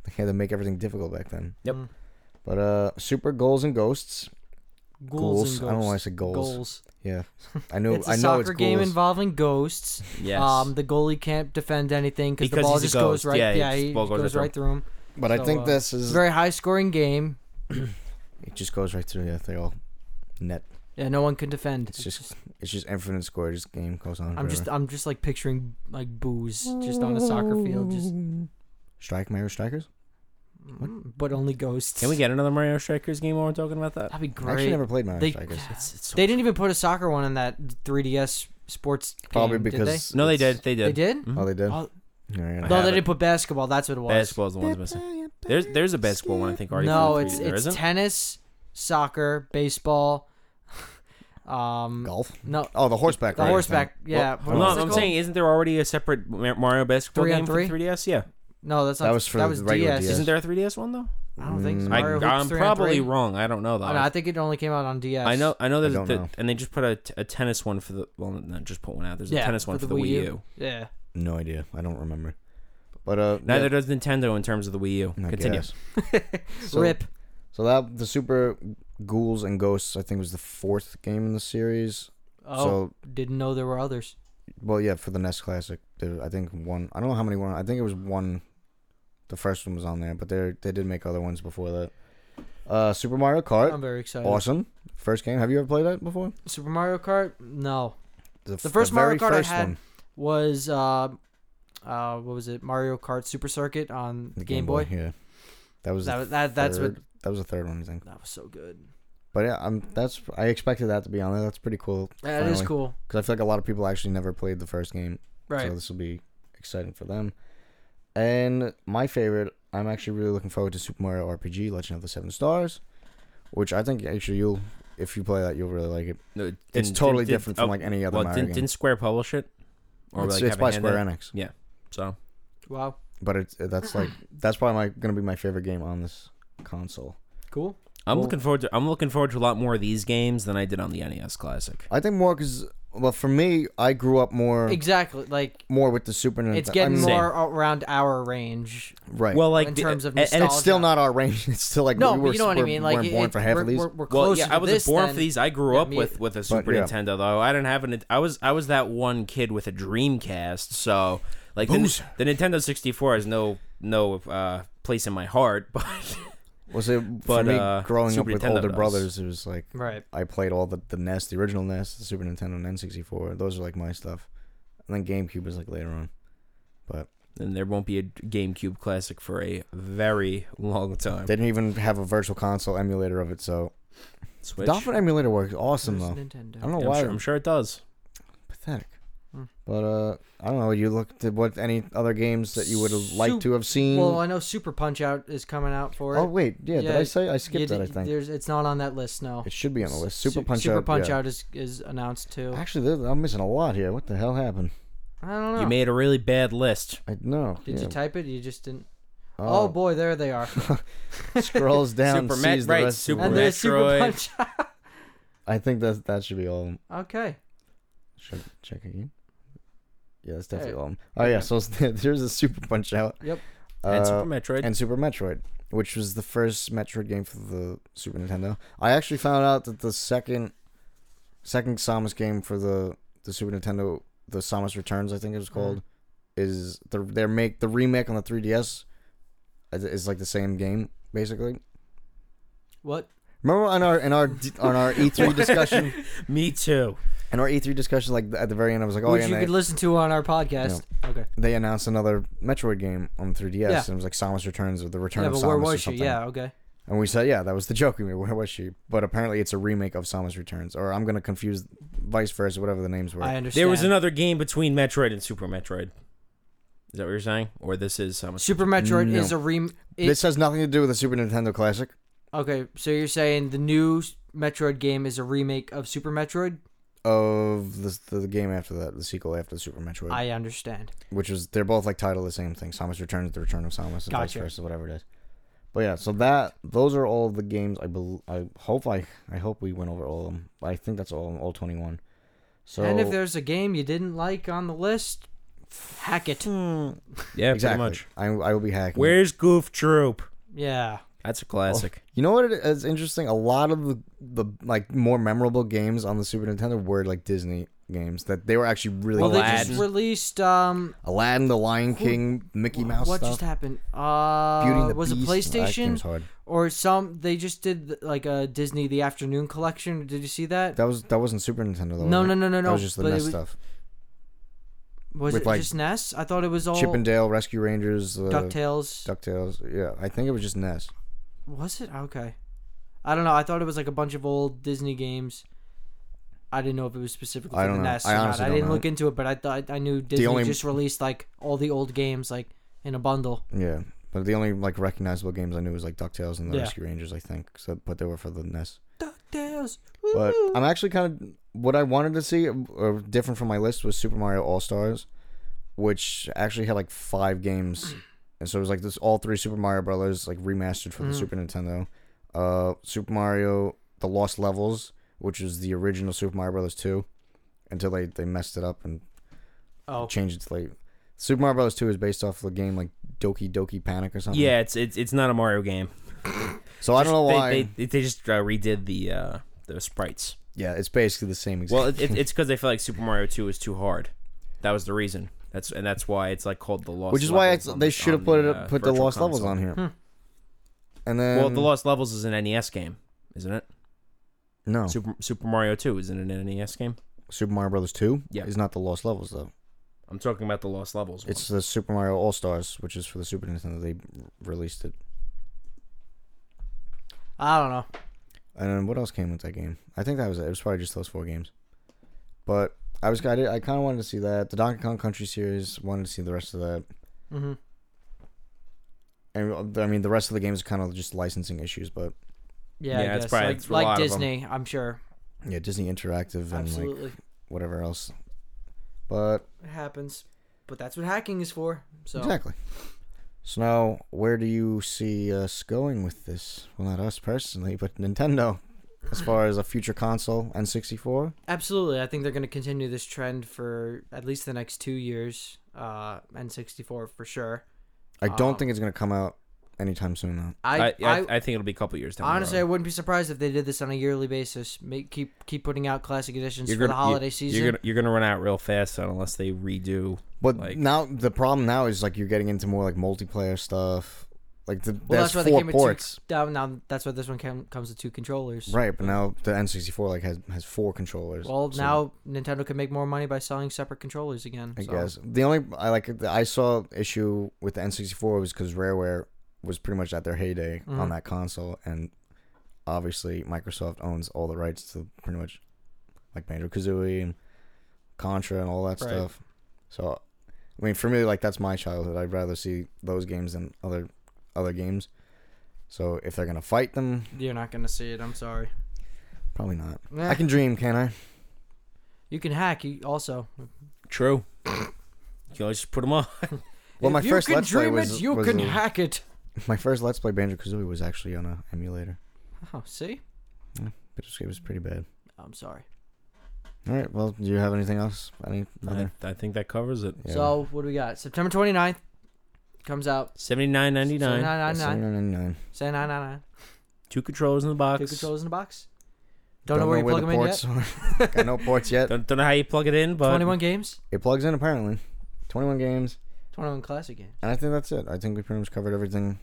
They had to make everything difficult back then. Yep. Mm. But uh, Super Goals and Ghosts. Ghouls and Ghouls. I don't know why I Ghosts. said goals. Ghouls. Yeah, I know. it's a I know it's soccer game ghouls. involving ghosts. yes. Um, the goalie can't defend anything because the Because ball he's a just goes ghost. right. Yeah, Yeah, it's- he ball goes, goes right right through him. But I So, think uh, this It's is a very high scoring game. it just goes right through. Yeah, they all net. Yeah, no one can defend. It's just it's just infinite score. This game goes on. I'm just I'm just like picturing like booze just on a soccer field, just mm, strike Mario Strikers. but only ghosts. Can we get another Mario Strikers game while we're talking about that? That'd be I actually great. never played Mario They- Strikers. It's, it's so They didn't even put a soccer one in that 3DS sports. game, Probably did because no, they did. it's- They they? did. They did. Mhm. Oh, they did. Oh. Yeah, yeah. I No, have they it. didn't put basketball. That's what it was. Basketball's the one's missing. There's there's a basketball one I think already. No, for the it's three, there it's isn't? tennis, soccer, baseball, Um, Golf. no, Oh, the horseback. the riding horseback. thing. Well, Yeah, I'm, what was not, it I'm called? saying, isn't there already a separate Mar- Mario basketball Three on game three? for 3DS? Yeah. no, that's not, That was for that was the regular DS. DS. Isn't there a 3DS one though? I don't Mm. think so. I, Mario Hoops I'm 3 on probably 3? wrong. I don't know though. I, don't know, I think it only came out on DS. I know. I know. There's don't the, know. and they just put a, t- a tennis one for the. Well, not just put one out. There's a Yeah, tennis one for, the Wii, U. Yeah. No idea. I don't remember. But uh, Neither yeah, does Nintendo in terms of the Wii U. I Continue. guess. So- Rip. So that the Super Ghouls and Ghosts, I think, was the fourth game in the series. Oh, So didn't know there were others. well, yeah, for the NES Classic, there, I think one. I don't know how many were. I think it was one. The first one was on there, but they they did make other ones before that. Uh, Super Mario Kart, I'm very excited. awesome. First game. Have you ever played that before? Super Mario Kart? No. f- The first Mario very Kart I first had one. Was uh, uh, what was it? Mario Kart Super Circuit on The Game, Boy. Yeah, that was That the was that. That's what. third- that was the third one, I think. That was so good. But yeah, I'm that's I expected that to be on there. That's pretty cool That is Finally. cool. because I feel like a lot of people actually never played the first game. Right. So this will be exciting for them. And my favorite, I'm actually really looking forward to Super Mario RPG: Legend of the Seven Stars, which I think actually you'll, if you play that, you'll really like it. No, it It's didn't- totally didn't- didn't- different from oh, like any other well, Mario didn't, game. didn't Square publish it? it's like, it's have a by hand Square in it? Enix, So wow. but it's that's like that's probably my gonna be my favorite game on this console. Cool. I'm Well- looking forward to. I'm looking forward to a lot more of these games than I did on the NES Classic. I think more because well, for me, I grew up more Exactly. Like more with the Super Nintendo. it's getting I'm- Same. more around our range. right. Well, like in the- terms of a- and nostalgia. it's it's still not our range. It's still like No, we but were, you know what I we're- mean. Like weren't it- born for half we're, of these. We're, we're well, closer yeah, to I was this born than- for these. I grew Yeah, up me with either. with a Super yeah. Nintendo though. I didn't have an. I was I was that one kid with a Dreamcast. So like the, Loser. the Nintendo 64 has no no uh, place in my heart. But Was it But, for me uh, growing Super up with Nintendo older does. brothers? It was like Right. I played all the the NES, the original NES, the Super Nintendo, and N sixty four. Those are like my stuff. And then GameCube was like later on. But then there won't be a GameCube Classic for a very long time. they didn't even have a virtual console emulator of it. So Switch. Dolphin emulator works awesome Where's though. Nintendo. I don't know Yeah, I'm why. sure, I'm sure it does. Pathetic. Hmm. But uh, I don't know. You looked at what any other games that you would have Sup- liked to have seen. Well, I know Super Punch Out is coming out for it. Mm. oh wait, yeah, Did Yeah, I say I You skipped that? I did- think There's, it's not on that list. No. it should be on the list. Super Su- Punch Super Out. Punch yeah. Out is, is announced too. Actually, there- I'm missing a lot here. What the hell happened? I don't know. You made a really bad list. I no. Did yeah. you type it? You just didn't. Oh, boy, there they are. scrolls down, Super sees Met- the right, rest Super of and the there's Super Metroid. Punch Out. I think that that should be all. of 'em. Okay. Check, check again. Yeah, that's Hey. definitely all. of 'em. Oh yeah, Okay. so there's a Super Punch Out. Yep. Uh, and Super Metroid. and Super Metroid, which was the first Metroid game for the Super Nintendo. I actually found out that the second, second Samus game for the the Super Nintendo, the Samus Returns, I think it Mm-hmm. was called, is the their make the remake on the 3DS, is- is like the same game basically. What? Remember on our in our on our E3 discussion, Me too. And our E3 discussion, like at the very end, I was like, "Oh Which yeah." you and could They, listen to on our podcast. Okay. they announced another Metroid game on 3DS, Yeah. and it was like Samus Returns or the Return yeah, of but Samus where or was she? something. Yeah. Okay. And we said, "Yeah, that was the joke we made. Where was she?" But apparently, it's a remake of Samus Returns, or I'm gonna confuse vice versa, whatever the names were. I understand. There was another game between Metroid and Super Metroid. Is that what you're saying? Or this is how much? Super Metroid No. is a rem. it- this has nothing to do with the Super Nintendo Classic. okay, so you're saying the new s- Metroid game is a remake of Super Metroid? Of the, the game after that, the sequel after the Super Metroid, I understand. which is they're both like titled the same thing: Samus Returns, The Return of Samus, and vice Gotcha. versa, whatever it is. But yeah, so that those are all the games. I bel I hope I I hope we went over all of them. I think that's all all twenty one. So and if there's a game you didn't like on the list, hack it. Yeah, exactly, pretty much. I I will be hacking. it. Where's Goof Troop? Yeah. That's a classic. you know what it is interesting? A lot of the, the like more memorable games on the Super Nintendo were like Disney games that they were actually really Well, good. they Aladdin. just released um. Aladdin, The Lion King, Mickey Mouse what stuff. just happened? Uh, Beauty and the was Beast. it That game's PlayStation hard. or some? They just did like a Disney the Afternoon collection. Did you see that? That was that wasn't Super Nintendo though. No, was it? no, no, no, That no, was just the but it NES was- stuff. was with, it like, just NES? I thought it was all Chippendale, Rescue Rangers, uh, Ducktales. Ducktales. Yeah, I think it was just E NES. Was it okay? I don't know. I thought it was like a bunch of old Disney games. I didn't know if it was specifically I for the don't know. NES. I or not. honestly I don't didn't know. look into it, but I thought I knew Disney only- just released like all the old games like in a bundle. Yeah, but the only like recognizable games I knew was like Ducktales and the Yeah. E Rescue Rangers. I think so, but they were for the NES. Ducktales. Woo! But I'm actually kind of what I wanted to see, or different from my list, was Super Mario All Stars, which actually had like five games, and so it was like this all three Super Mario Brothers like remastered Mm. for the Super Nintendo, uh, Super Mario The Lost Levels, which is the original Super Mario Brothers two, until they they messed it up and Oh. changed it to like Super Mario Brothers two is based off the game like Doki Doki Panic or something. Oh, Yeah, it's it's it's not a Mario game. So I don't know They- why. they they, they just uh, redid the uh, the sprites. yeah, it's basically the same. Exact Well, it, it, it's because they feel like Super Mario Two is too hard. That was the reason. That's and that's why it's like called the lost. which is why Levels it's, on they the- should on have put it uh, up, put the virtual lost levels console. on here. And then Well, the lost levels is an NES game, isn't it? no Super Super Mario Two isn't it an NES game. Super Mario Brothers two. Yeah. is not the lost levels though. I'm talking about the lost levels. It's the Super Mario All Stars, which is for the Super Nintendo. They released it. I don't know. And then what else came with that game? I think that was it. It was probably just those four games. But I was I, did- I kind of wanted to see that the Donkey Kong Country series. Wanted to see the rest of that. Mhm. And I mean, the rest of the games are kind of just licensing issues, but Yeah, Yeah, I it's guess. probably- like, it's a like lot of 'em. Disney, I'm sure. yeah, Disney Interactive and like Absolutely, whatever else. But it happens. But that's what hacking is for. So Exactly. So now, where do you see us going with this? Well, not us personally, but Nintendo, as far as a future console, N64. absolutely, I think they're going to continue this trend for at least the next two years. Uh, N64 for sure. I don't Um, think it's going to come out anytime soon, though. I, I, I, I, I think it'll be a couple years down. honestly, the I road. wouldn't be surprised if they did this on a yearly basis. Make keep keep putting out classic editions for the you- holiday season. You're gonna you're gonna run out real fast unless they redo. But like- now the problem now is like you're getting into more like multiplayer stuff. Like the well, that's that's why they four came ports, with two. Now, now that's why this one came, comes with two controllers. right? But now the N64 like has has four controllers. Well, so- now Nintendo can make more money by selling separate controllers again. I so. guess the only I like the- I saw issue with the N64 was because Rareware was pretty much at their heyday on Mhm. that console, and obviously Microsoft owns all the rights to pretty much like Banjo Kazooie and Contra and all that Right. stuff. So, I mean, for me, like that's my childhood. I'd rather see those games than other other games. So if they're gonna fight them, You're not gonna see it. I'm sorry. probably not. Nah, I can dream, can I? you can hack. You also. True. you can always just put them on. Well, my If first you can Let's Play dream was- it. You was can a- hack it. My first Let's Play Banjo Kazooie was actually on a emulator. Oh, see, It was- it was pretty bad. I'm sorry. All right. Well, do you have anything else? Any I, other? I think that covers it. Yeah. So what do we got? September 29th comes out. Seventy nine ninety nine. 79.99. 79.99. 79.99. Two controllers in the box. Two controllers in a box. Don't, know where you plug them in yet. are. Got no ports yet. Don't, don't know how you plug it in, but 21 games. It plugs in apparently. 21 games, 21 classic games. and I think that's it. I think we pretty much covered everything.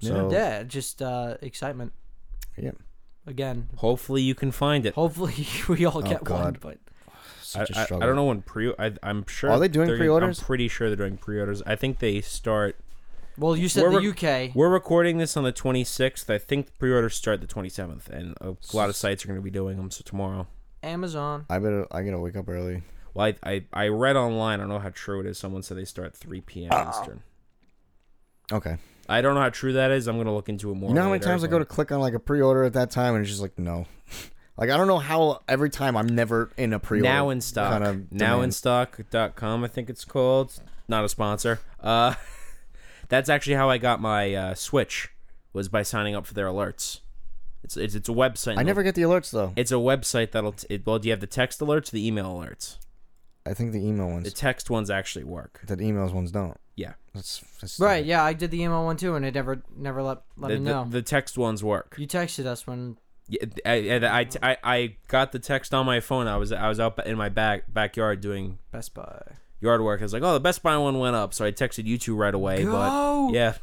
So Yeah, just uh, excitement. Yeah. Again, hopefully you can find it. hopefully we all Oh, get one. God. But such I- I- a struggle. I, don't know when pre. I, I'm sure. Are they doing they're gonna- pre-orders? I'm pretty sure they're doing pre-orders. I think they start. well, you said We're- the UK. We're recording this on the 26th. I think pre-orders start the 27th, and a lot of sites are going to be doing them. So tomorrow. Amazon. I better. I gotta wake up early. Well, I, I, I read online. I don't know how true it is. Someone said they start 3 p.m. Eastern. Okay. I don't know how true that is. I'm gonna look into it more. You know how many later, times I go to but- click on like a pre-order at that time, and it's just like no. like I don't know how every time I'm never in a pre-order. now in stock. kinda now in demand. stock.com, I think it's called. Not a sponsor. Uh, that's actually how I got my uh, Switch was by signing up for their alerts. It's it's, it's a website. I never get the alerts though. It's a website that'll. T- it, well, do you have the text alerts, or the email alerts? I think the email The ones. text ones actually work. That emails ones don't. Yeah, That's, that's Right, yeah, I did the email one too, and it never never let let the, me the- know. the text ones work. you texted us when Yeah, I, I, I, I got the text on my phone. I was I was out in my back backyard doing Best Buy. yard work. I was like, oh, the Best Buy one went up, so I texted you two right away. Go! But yeah,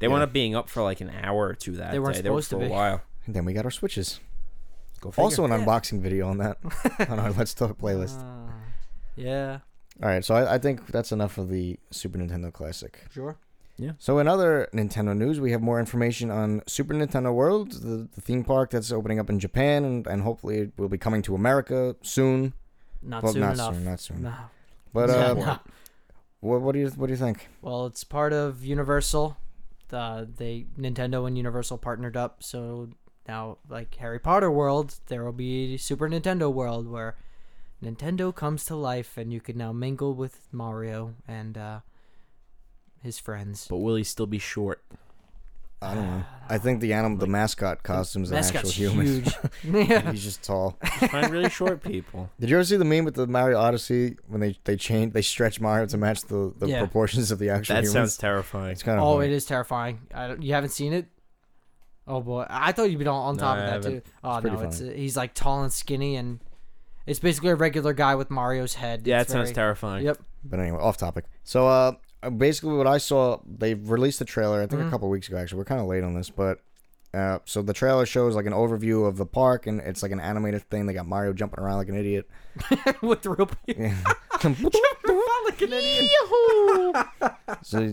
they wound up being up for like an hour or two that They weren't day. They were supposed to for a be. while. And then we got our switches. Go figure. Also, an unboxing video on that on our Let's Talk playlist. Uh, yeah, All right, so I, I think that's enough of the Super Nintendo Classic. sure. So, in other Nintendo news, we have more information on Super Nintendo World, the, the theme park that's opening up in Japan, and, and hopefully it will be coming to America soon. Not well, soon not enough. soon, not soon. No. But Yeah, uh, no. what, what do you what do you think? Well, it's part of Universal. Uh, they Nintendo and Universal partnered up, so Now, like Harry Potter World, there will be Super Nintendo World where Nintendo comes to life and you can now mingle with Mario and uh, his friends. But will he still be short? I don't know. I think the animal, the mascot costume is an actual Mascot's human. huge. yeah. He's just tall. Find really short people. Did you ever see the meme with the Mario Odyssey when they they change they stretch Mario to match the, the Yeah. proportions of the actual That humans? sounds terrifying. it's kind of Oh, it is terrifying. I don't, you haven't seen it? Oh boy, I thought you'd be on, on No, top I of that haven't. too. Oh pretty no, it's uh, he's like tall and skinny, and it's basically a regular guy with Mario's head. Yeah, It's that sounds very- terrifying. Yep. But anyway, off topic. So uh basically what I saw they released the trailer I think Mm-hmm. a couple weeks ago actually. We're kind of late on this, but uh so the trailer shows like an overview of the park and it's like an animated thing. They got Mario jumping around like an idiot. with the real people. like an idiot. So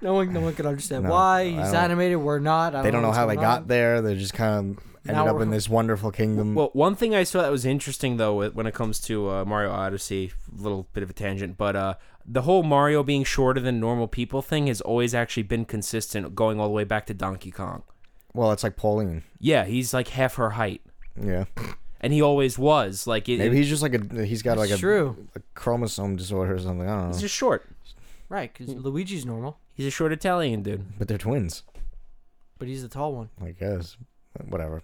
No one, no one can understand No, why I he's don't- animated. We're not. I they don't know what's how they going got on. there. They just kind of ended Now up we're- in this wonderful kingdom. Well, one thing I saw that was interesting though, with- when it comes to uh, Mario Odyssey, little bit of a tangent, but uh, the whole Mario being shorter than normal people thing has always actually been consistent, going all the way back to Donkey Kong. well, it's like Pauline. Yeah, he's like half her height, Yeah. and he always was. Like it, Maybe he's just like a he's got like It's a, true. a chromosome disorder or something. I don't know. he's just short. Right, because Luigi's normal, He's a short Italian dude. But they're twins, but he's the tall one. I guess. Whatever.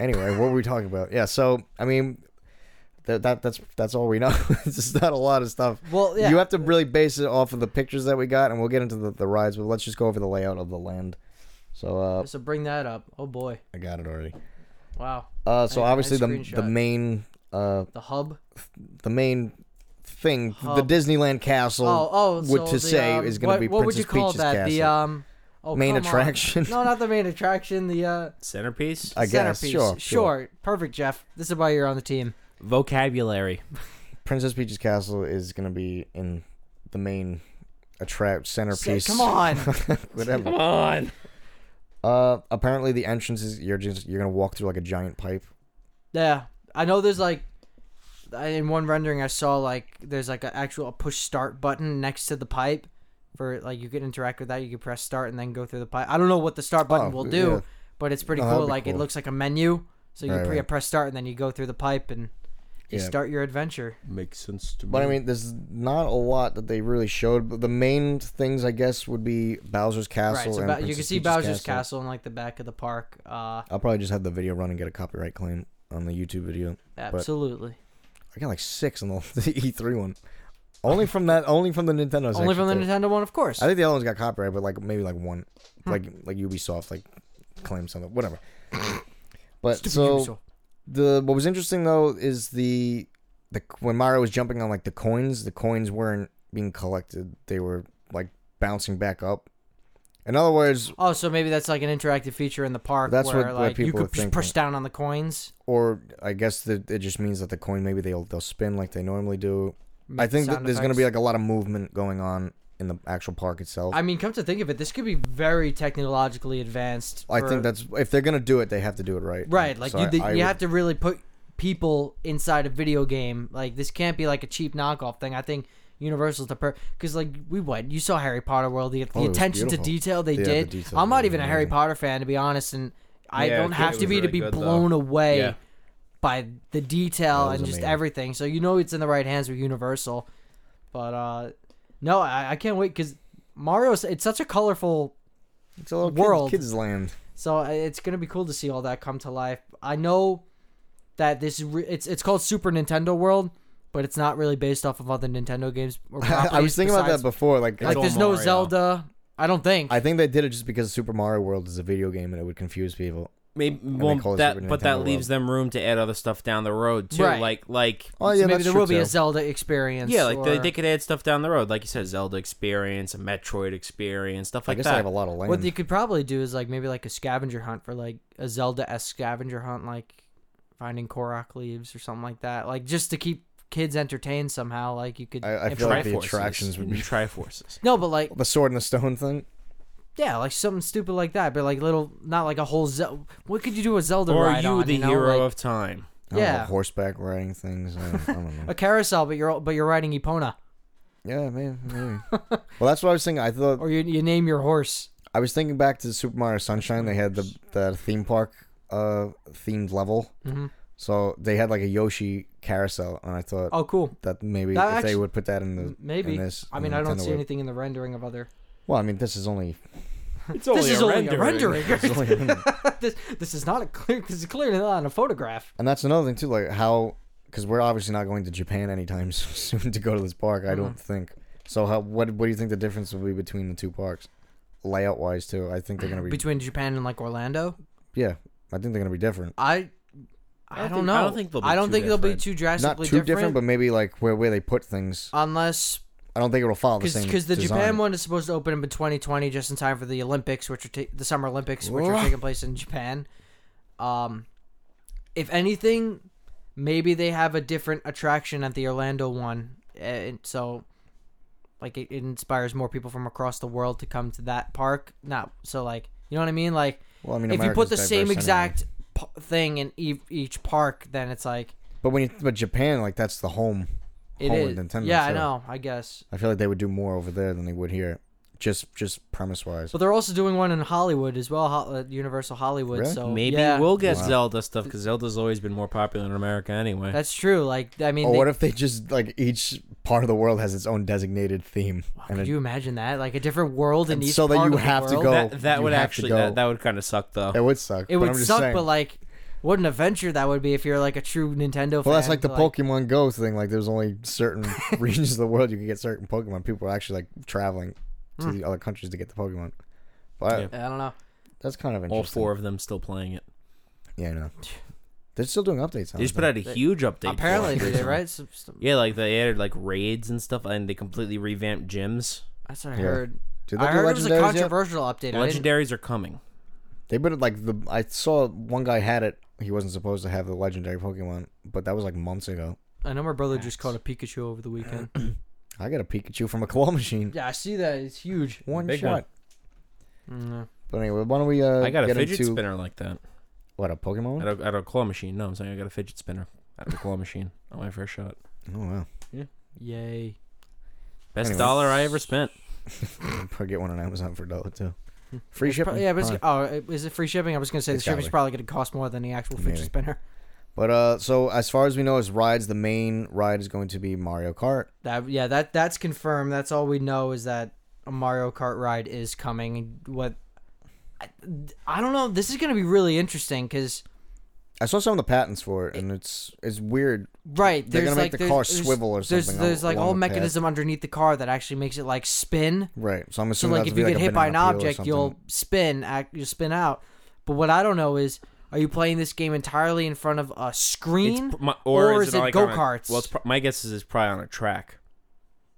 Anyway, what were we talking about? Yeah, so I mean, that, that that's that's all we know. it's just not a lot of stuff. Well, yeah. You have to really base it off of the pictures that we got, and we'll get into the, the rides. But let's just go over the layout of the land. So uh, so bring that up. Oh boy, I got it already. wow. Uh, so I- I obviously the the screenshot. main uh The hub. the main thing the Hub. Disneyland castle Oh, oh. would So to the, say um, is going what- to be what Princess would you call Peach's that? castle. The um. Oh, main come on. attraction. No, not the main attraction. The uh. Centerpiece, I guess centerpiece. sure, Perfect, Jeff. This is why you're on the team. vocabulary. Princess Peach's castle is gonna be in the main attract Say- centerpiece. Come on. whatever. Come on. Uh, apparently the entrance is you're just you're gonna walk through like a giant pipe. Yeah, I know. There's like, I- in one rendering I saw like there's like an actual push start button next to the pipe, for like you can interact with that. You can press start and then go through the pipe. I don't know what the start button Oh, will do, yeah. but it's pretty No, that'd cool. be Like it cool. looks like a menu, so you Right, pre- right. press start and then you go through the pipe and you Yeah. start your adventure. Makes sense to me. But I mean, there's not a lot that they really showed. But the main things, I guess, would be Bowser's right, castle. so and Ba- you Princess can see Peach's Bowser's castle. castle. in like the back of the park. Uh, I'll probably just have the video run and get a copyright claim on the YouTube video. absolutely. I got like six on the, the E3 one, only from that, only from the Nintendo. Only from the section, too. Nintendo one, of course. I think the other one's got copyright, but like maybe like one, Hmm. like like Ubisoft like claimed something, whatever. But Stupid so Ubisoft. the what was interesting though is the the when Mario was jumping on like the coins, the coins weren't being collected; they were like bouncing back up. In other words, Oh, so maybe that's like an interactive feature in the park. That's where, what- what like, you people could are just push down on the coins. or I guess that it just means that the coin maybe they'll they'll spin like they normally do. I make think that sound there's going to be effects. like a lot of movement going on in the actual park itself. I mean, come to think of it, this could be very technologically advanced. I for- think that's if they're going to do it, they have to do it right. right. Like So you, I- th- I you would- have to really put people inside a video game. Like this can't be like a cheap knockoff thing. I think Universal's the per because like we went, you saw Harry Potter World, the, the Oh, it was attention to beautiful. detail they Yeah, the did. details I'm were not even a Harry amazing. Potter fan to be honest, and I Yeah, don't it have was to be to really be good, though. blown away. Yeah. By the detail That was and just amazing. everything, so you know it's in the right hands with Universal. But uh no, I, I can't wait because Mario's it's such a colorful it's a little world. world kids, kids land. so uh, it's gonna be cool to see all that come to life. I know that this re- it's it's called Super Nintendo World, but it's not really based off of other Nintendo games. Or I was thinking about that before. Like, Like, all there's no Mario. Zelda. I don't think. I think they did it just because Super Mario World is a video game and it would confuse people. Maybe call well, it Super that, but that Nintendo leaves them room to add other stuff down the road too. Right. Like like Oh So yeah, maybe that's there true will be too. a Zelda experience. Yeah, like they, or- they could add stuff down the road, like you said, Zelda experience, a Metroid experience, stuff I like guess that. I have a lot of land. what they could probably do is like maybe like a scavenger hunt for like a Zelda esque scavenger hunt, like finding Korok leaves or something like that. Like just to keep kids entertained somehow. Like you could. I- I feel like interact- the attractions would be- Triforces. no, but like the Sword and the Stone thing. Yeah, like something stupid like that, but like little, not like a whole. Ze- what could you do a Zelda Or ride you, on? the you know? hero like, of time. I don't know, Yeah. horseback riding things. I don't, I don't know. a carousel, but you're but you're riding Epona, yeah, man. Maybe. well, that's what I was thinking. I thought or you you name your horse. I was thinking back to Super Mario Sunshine. They had the the theme park uh themed level. Mm-hmm. So they had like a Yoshi carousel, and I thought Oh, cool. that maybe That if they actu- Mm. would put that in the Maybe. in this, I mean, in I don't Nintendo see would- anything in the rendering of other. Well, I mean, this is only. It's This is only a rendering. it's only- this, this is not a clear. This is clearly not a photograph. and that's another thing too, like how because we're obviously not going to Japan anytime soon to go to this park. I Mm-hmm. don't think. So how what what do you think the difference would be between the two parks, layout wise too? I think they're gonna be Between Japan and like Orlando, yeah. I think they're gonna be different. I, I I, don't think- don't know. I don't think they'll be I don't too think they'll be different. too Not too drastically different, but maybe like where where they put things. unless I don't think it'll follow the same. because the design. Japan one is supposed to open up in 2020, just in time for the Olympics, which are ta- the Summer Olympics, which are taking place in Japan. Um, if anything, maybe they have a different attraction at the Orlando one, and so like it, it inspires more people from across the world to come to that park. Not so like you know what I mean, like. Well, I mean, if you put America's the diverse same anyway. exact p- thing in e- each park, then it's like but when you but Japan, like that's the home. it home is. of Nintendo. yeah, I so know. I guess. I feel like they would do more over there than they would here, just just premise wise. But they're also doing one in Hollywood as well, Ho- uh, Universal Hollywood. Really? So Maybe yeah, we'll get Wow. Zelda stuff because Zelda's always been more popular in America anyway. That's true. Like I mean, Or they- Oh, what if they just like each part of the world has its own designated theme, and could it, you imagine that? Like a different world in And each so that part you of the have to world? go- that that you would have to actually go. that, that would kind of suck though. it would suck. but It I'm would just suck, saying. but like, what an adventure that would be if you're like a true Nintendo. well, that's fan like the to, Pokemon Go thing. Like, there's only certain regions of the world you can get certain Pokemon. People are actually like traveling to Hmm. the other countries to get the Pokemon. But Yeah. I don't know. that's kind of interesting. All four of them still playing it. Yeah, I know. They're still doing updates. On They just it, put though. out a huge update. Apparently, for it they did recently. right. So, so- Yeah, like they added like raids and stuff, and they completely revamped gyms. that's what I Yeah. heard. Did they I do heard it was a legendaries yet? controversial update. I didn't- Legendaries are coming. They put it like the. I saw one guy had it. He wasn't supposed to have the legendary Pokemon, but that was like months ago. I know my brother just caught a Pikachu over the weekend. I got a Pikachu from a claw machine. yeah, I see that. It's huge. One Big shot. one. Mm, But anyway, why don't we uh, I got a get fidget into spinner like that. what a Pokemon? At a, at a claw machine. No, I'm saying I got a fidget spinner at a claw machine on my first shot. Oh wow! Yay. Best Anyway. dollar I ever spent. I'll probably get one on Amazon for a dollar too. Free Hmm. It's pro- shipping. yeah, but Huh. it's, oh, it- is it free shipping? I was gonna say It's the shipping's gotta be. probably gonna cost more than the actual fidget Maybe. spinner. But uh, so as far as we know, as rides, the main ride is going to be Mario Kart. That yeah, that that's confirmed. That's all we know is that a Mario Kart ride is coming. What I, I don't know. This is gonna be really interesting because I saw some of the patents for it, and it's it's weird. right They're there's gonna make like the there's- car there's- swivel or There's something there's al- like a along whole the path. mechanism underneath the car that actually makes it like spin. Right. So I'm So assuming like that's if you like get a hit by an banana peel or object, something. you'll spin act, you'll spin out. But what I don't know is, are you playing this game entirely in front of a It's screen? pr- my- or, is, it, like on a- go-karts? Well, it's pr- my guess is it's probably on a track.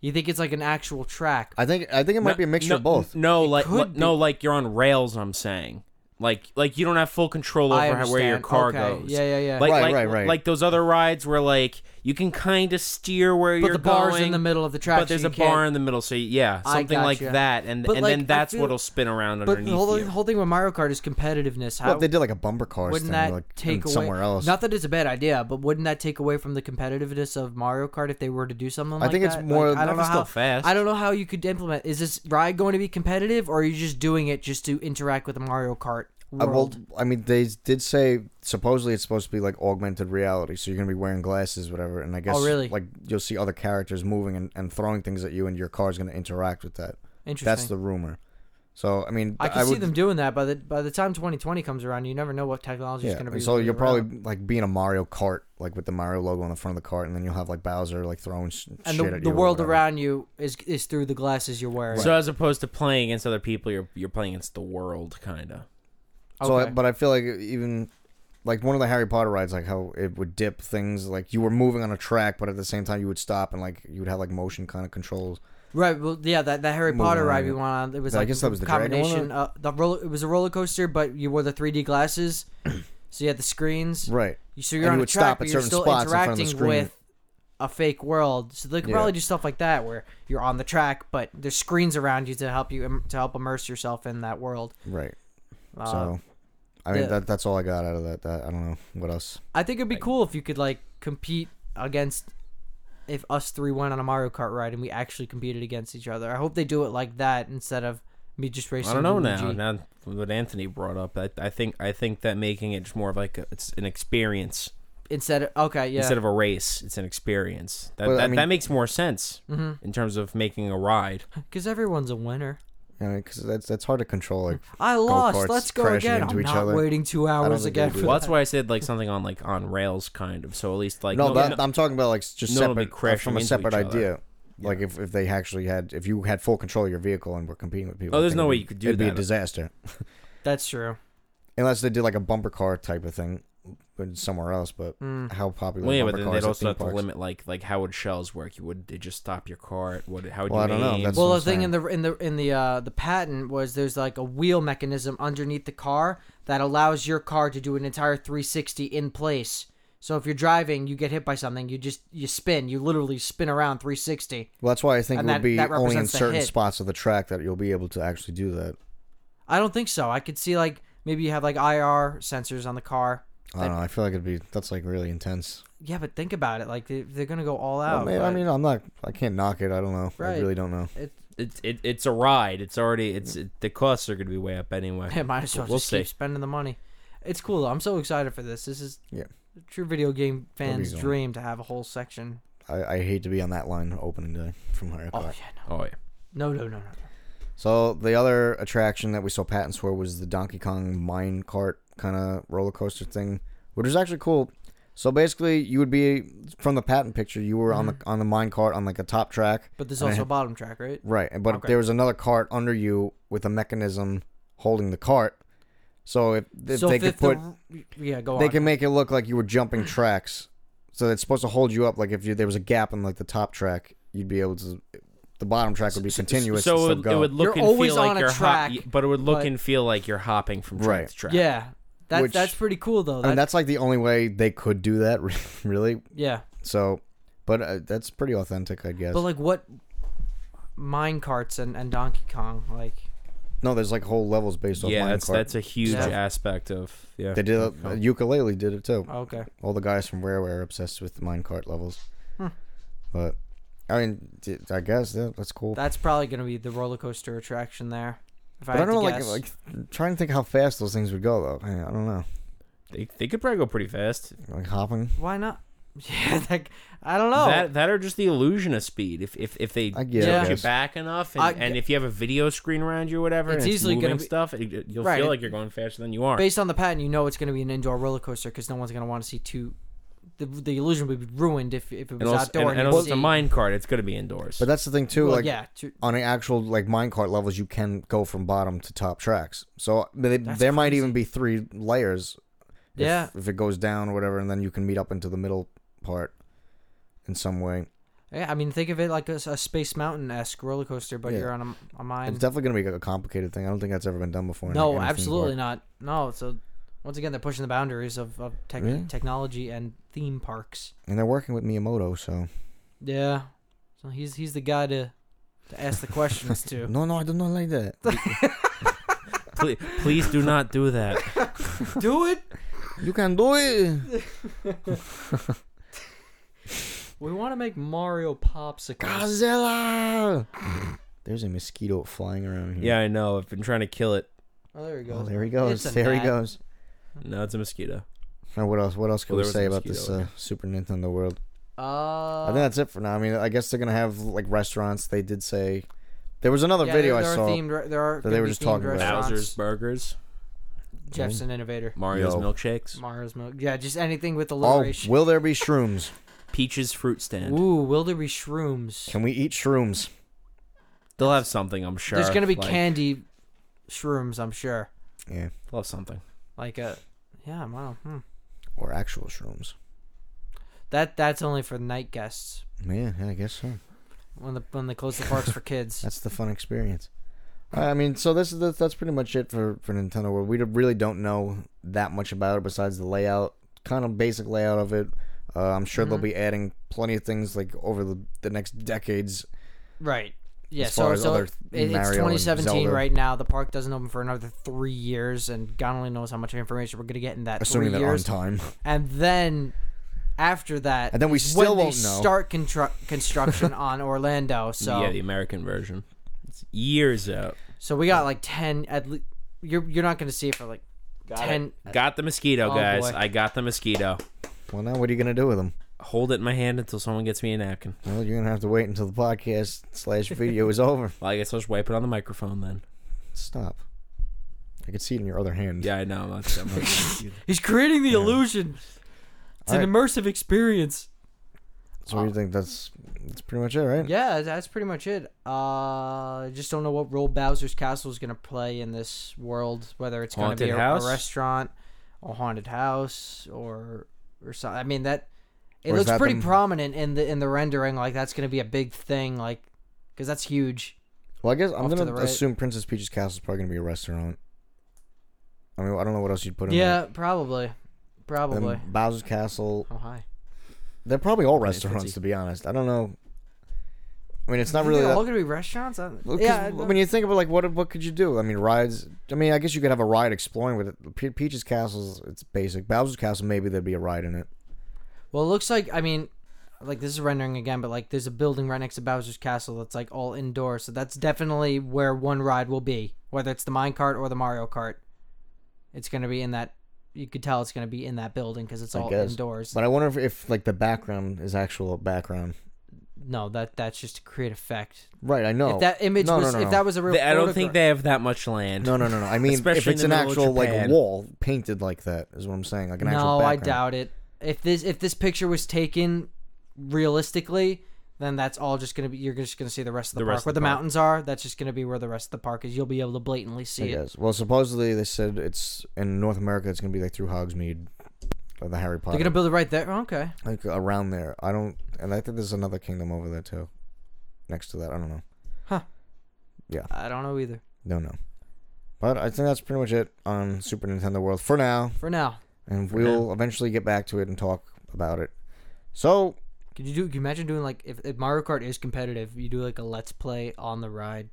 you think it's like an actual track? I think I think it might be a mixture no, of both. No, like could li- no, like you're on rails. I'm saying, like like you don't have full control I over how, where your understand. car Okay. goes. Yeah, yeah, yeah. Like, Right, like, right, right. Like those other rides where like you can kind of steer where but you're the bar's going, in the middle of the track. but there's so a you can't- bar in the middle. So yeah, I something like gotcha. that, and But, and like, then I that's feel- what'll spin around But underneath the whole, you. the whole thing with Mario Kart is competitiveness. How Well, they did like a bumper car wouldn't thing, that like take in away somewhere else. Not that it's a bad idea, but wouldn't that take away from the competitiveness of Mario Kart if they were to do something like that? think it's Like, more- I don't know It's how. still fast. I don't know how you could implement. Is this ride going to be competitive, or are you just doing it just to interact with the Mario Kart Uh, well, world? I mean, they did say supposedly it's supposed to be like augmented reality, so you're gonna be wearing glasses, whatever. And I guess, Oh, really? like you'll see other characters moving and, and throwing things at you, and your car's gonna interact with that. Interesting. That's the rumor. So I mean, I can see would, them doing that by the by the time 2020 comes around. You never know what technology is Yeah, going to and be. so really you'll around. probably like be in a Mario Kart, like with the Mario logo on the front of the cart, and then you'll have like Bowser like throwing sh- shit and the, at the you or world whatever. around you is is through the glasses you're wearing. So as opposed to playing against other people, you're you're playing against the world, kind of. So, I, Okay. but I feel like even like one of the Harry Potter rides, like how it would dip things, like you were moving on a track, but at the same time you would stop and like you would have like motion kind of controls. Right. Well, yeah, that, that Harry Moving Potter around, ride we yeah. went on. It was I like guess that was the dragon one, combination. Uh, the roller. It was a roller coaster, but you wore the 3D glasses, so you had the screens. Right. You- So you're And on you a would track, stop but at you're certain still spots in front of the interacting screen. with a fake world. So they could Yeah. probably do stuff like that, where you're on the track, but there's screens around you to help you im- to help immerse yourself in that world. Right. Uh, so, I mean yeah. that that's all I got out of that. that I don't know what else. I think it'd be cool if you could like compete against. If us three went on a Mario Kart ride and we actually competed against each other, I hope they do it like that instead of Me just racing. I don't know now. Luigi. Now what Anthony brought up, I, I think I think that making it just more of like a, it's an experience Instead of okay, yeah. instead of a race. It's an experience. That Well, I that, mean- that makes more sense in terms of making a ride. Because Mm-hmm. everyone's a winner. because that's that's hard to control. Like, I lost. Go-karts Let's go crashing again. into I'm each not other. waiting two don't hours think again. they do for Well, that's that. why I said like something on like on rails, kind of. So at least like no, but I'm talking about like s- just No, it'll be separate uh, crashing from a into separate each other. idea. Like if, if they actually had if you had full control of your vehicle and were competing with people. Oh, I there's think it'd no way be- you could do it'd be a that. disaster That's true. unless they did like a bumper car type of thing, but somewhere else. But Hmm. how popular? well, yeah, but bumper then cars they'd at also theme have to parks. limit like like how would shells work? You would they just stop your car? At what? How would Well, you I don't know. aim? That's- Well, what the I'm thing saying. in the in the in the uh, the patent was there's like a wheel mechanism underneath the car that allows your car to do an entire 360 in place. So if you're driving, you get hit by something, you just you spin, you literally spin around 360. Well, that's why I think it And would that- be that only in represents the certain hit. spots of the track that you'll be able to actually do that. I don't think so. I could see like maybe you have like IR sensors on the car. I don't know. I feel like it'd be that's like really intense. Yeah, but think about it. Like they, they're gonna go all I out. mean- I but mean, I'm not. I can't knock it. I don't know. I Oh, Right. really don't know. it, It's it, it's a ride. It's already it's it, the costs are going to be way up anyway. it might as well We'll just keep see. spending the money. It's cool. Though. I'm so excited for this. This is Yeah. a true video game fans' going. dream to have a whole section. I, I hate to be on that line opening day from Harry Oh Potter. yeah, Oh yeah. no, no, no, no, no. So the other attraction that we saw patents for was the Donkey Kong mine cart kind of roller coaster thing, which is actually cool. So basically, you would be from the patent picture, you were on the Mm-hmm. on the mine cart on like a top track, But there's And I also a had- bottom track, right? right? and- But Okay. there was another cart under you with a mechanism holding the cart. So if, if they could put the, yeah, oh, go they on. can make it look like you were jumping tracks. So it's supposed to hold you up. Like if you, there was a gap in like the top track, you'd be able to. The bottom track would be continuous. and So still it, it go. would look You're and always feel like on a you're track, hop- but it would look but- and feel like you're hopping from track Right. to track. yeah, that's Which- that's pretty cool though. I mean, That- that's like the only way they could do that, really. yeah, So, but uh, that's pretty authentic, I guess. but like what mine carts and, and Donkey Kong like no, there's like whole levels based off yeah. mine That's cart. that's Oh. a huge Yeah. aspect of yeah. they did a, ukulele did it too. okay All the guys from Rareware are obsessed with minecart levels. But I mean, d- I guess that, that's cool. that's probably gonna be the roller coaster attraction there. If I, but I had don't know, to like, guess. like trying to think how fast those things would go though. I, I don't know, They, they could probably go pretty fast. like hopping. why not? Yeah, like I don't know. That that are just the illusion of speed. If if if they I guess. Yeah. put you back enough, and, I- and if you have a video screen around you or whatever, It's and easily gonna moving be- stuff. It, you'll Right, feel it- like you're going faster than you are. Based on the pattern, you know it's gonna be an indoor roller coaster because no one's gonna want to see two. The, the illusion would be ruined if, if it was and also, outdoor. and, you and could also it's a see- mine cart. It's going to be indoors. But that's the thing too. well, like yeah, two- on the actual like minecart levels, you can go from bottom to top tracks. So they, there might even be three layers. If, Yeah. If it goes down or whatever, and then you can meet up into the middle part in some way. Yeah, I mean, think of it like a, s- a Space Mountain esque roller coaster, but Yeah. you're on a, a mine. It's definitely gonna be a complicated thing. I don't think that's ever been done before. in a- in no, a theme absolutely park. not. No, so once again, they're pushing the boundaries of, of tech, Yeah. technology and theme parks. And they're working with Miyamoto, so Yeah, so he's he's the guy to to ask the questions to. no, no, I do not like that. please, please do not do that. Do it. you can do it. We want to make Mario popsicles. Godzilla. There's a mosquito flying around here. Yeah, I know. I've been trying to kill it. Oh, there he goes. Oh, there he It's goes. a There he gnat. goes. No, it's a mosquito. Now, what else? What else can Well, we there was a say about mosquito this over uh, here. Super Nintendo World? I Uh, think that's it for now. I mean, I guess they're gonna have like restaurants. They did say there was another yeah, video there, I there saw. Are themed, re- there are that they gonna were be just themed talking about. restaurants. Bowser's Burgers, Jeff's an innovator. Mario's Yo. Milkshakes, Mario's milk. Yeah, just anything with Oh, alliteration. will there be shrooms? Peach's Fruit Stand. Ooh, will there be shrooms? Can we eat shrooms? They'll have something, I'm sure. There's gonna be like, candy shrooms, I'm sure. Yeah, They'll have something. Like a yeah, wow. Hmm. or actual shrooms? That that's only for night guests Yeah, yeah, I guess so. when the when they close the parks for kids. That's the fun experience. I mean, so this is the, that's pretty much it for for Nintendo World. We really don't know that much about it besides the layout, kind of basic layout of it. Uh, I'm sure Mm-hmm. they'll be adding plenty of things like over the, the next decades right. Yeah. As so far as so other it- it's Mario and 2017 Zelda. right now. The park doesn't open for another three years, and God only knows how much information we're gonna get in that assuming three that on years. time. and then after that, And then we is still when they won't know. start constru- construction on Orlando. So Yeah, the American version. It's years out. So we got like ten at least. You're you're not gonna see it for like ten. Got the mosquito, Oh, guys. boy. I got the mosquito. Well, now what are you gonna do with them? Hold it in my hand until someone gets me a napkin. Well, you're gonna have to wait until the podcast slash video is over. Well, I guess I'll just wipe it on the microphone then. Stop. I can see it in your other hand. Yeah, I know. I'm not, I'm not- He's creating the illusion. It's an Alright. immersive experience. So what do you think? That's that's pretty much it, right? Yeah, that's pretty much it. Uh, I just don't know what role Bowser's Castle is gonna play in this world. Whether it's gonna Haunted be a, house? a restaurant, a haunted house, or or something. I mean that it Or is looks that pretty them- prominent in the in the rendering. Like that's gonna be a big thing. Like because that's huge. Well, I guess I'm Off to gonna the right. assume Princess Peach's castle is probably gonna be a restaurant. I mean, I don't know what else you'd put in Yeah, probably, there. probably. Then Bowser's Castle. oh hi. They're probably all it's restaurants, fancy. to be honest. I don't know. I mean, it's not Are really. they that- all gonna be restaurants? I- Well, 'cause yeah, when you think about like what what could you do? I mean, rides. I mean, I guess you could have a ride exploring with it. Pe- Peach's Castle's it's basic. Bowser's Castle maybe there'd be a ride in it. Well, it looks like I mean, like this is rendering again, but like there's a building right next to Bowser's Castle that's like all indoor, so that's definitely where one ride will be, whether it's the minecart or the Mario Kart. It's gonna be in that. You could tell it's gonna be in that building because it's I all guess. indoors. But I wonder if, if like the background is actual background. no, that that's just to create effect. Right, I know. If that image no, was, no, no, if no. that was a real, They- I don't think photograph- they have that much land. no, no, no, no. I mean, if Especially in it's the an middle of actual like Japan. wall painted like that is what I'm saying. Like an actual. no, I background. doubt it. If this if this picture was taken realistically, then that's all just gonna be. You're just gonna see the rest of The the, park rest of where the the park. mountains are. That's just gonna be where the rest of the park is. You'll be able to blatantly I see it. guess. Well, supposedly they said it's in North America. It's gonna be like through Hogsmeade, or the Harry Potter, They're gonna build it right there. Oh, Okay. like around there. I don't, and I think there's another kingdom over there too, next to that. I don't know. I don't know either. Don't know. But I think that's pretty much it on Super Nintendo World for now, For now, and For we'll eventually get back to it and talk about it. So could you do? Can you imagine doing like if, if Mario Kart is competitive, you do like a let's play on the ride.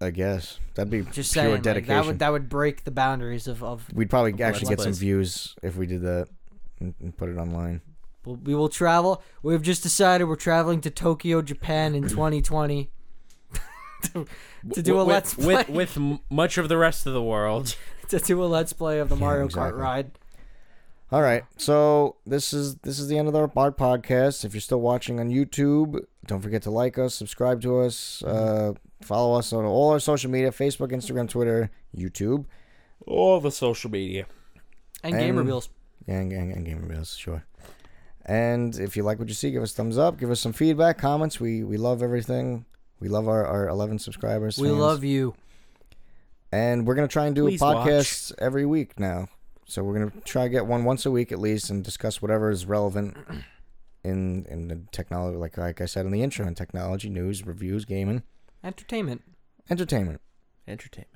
I guess that'd be Just pure saying, like, dedication. that would that would break the boundaries of of. We'd probably Let's actually get some plays. views if we did that and, and put it online. We'll, we will travel. We've just decided we're traveling to Tokyo, Japan in 2020. to do a with, Let's with, Play. with m- much of the rest of the world. to do a let's play of the Mario exactly. Kart ride. All right, so this is this is the end of our pod- podcast. If you're still watching on YouTube, don't forget to like us, subscribe to us, Mm-hmm. uh, follow us on all our social media: Facebook, Instagram, Twitter, YouTube, All the social media. And, And- game reveals. and and, and Gamer Bills, sure. And if you like what you see, give us thumbs up, give us some feedback, comments. We we love everything. We love our, our 11 subscribers. We fans. love you. And we're gonna try and do Please a podcast every week now. So we're gonna try and get one once a week at least, and discuss whatever is relevant in in the technology, like like I said in the intro, in technology, news, reviews, gaming, Entertainment. entertainment. Entertainment.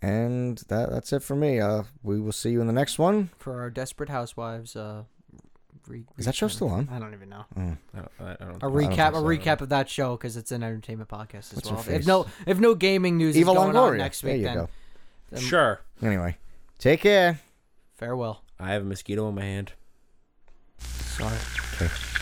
And that that's it for me. Uh, we will see you in the next one. For our Desperate Housewives. Uh, re- Is that show recap. still on? I don't even know. Oh, I don't, I don't A know. I don't recap, think a so. recap of that show because it's an entertainment podcast as What's her well. If face? no, if no gaming news Evil is going Longoria. on next there week, you then go. um, Sure. Anyway, take care. farewell. I have a mosquito in my hand. Sorry. Okay.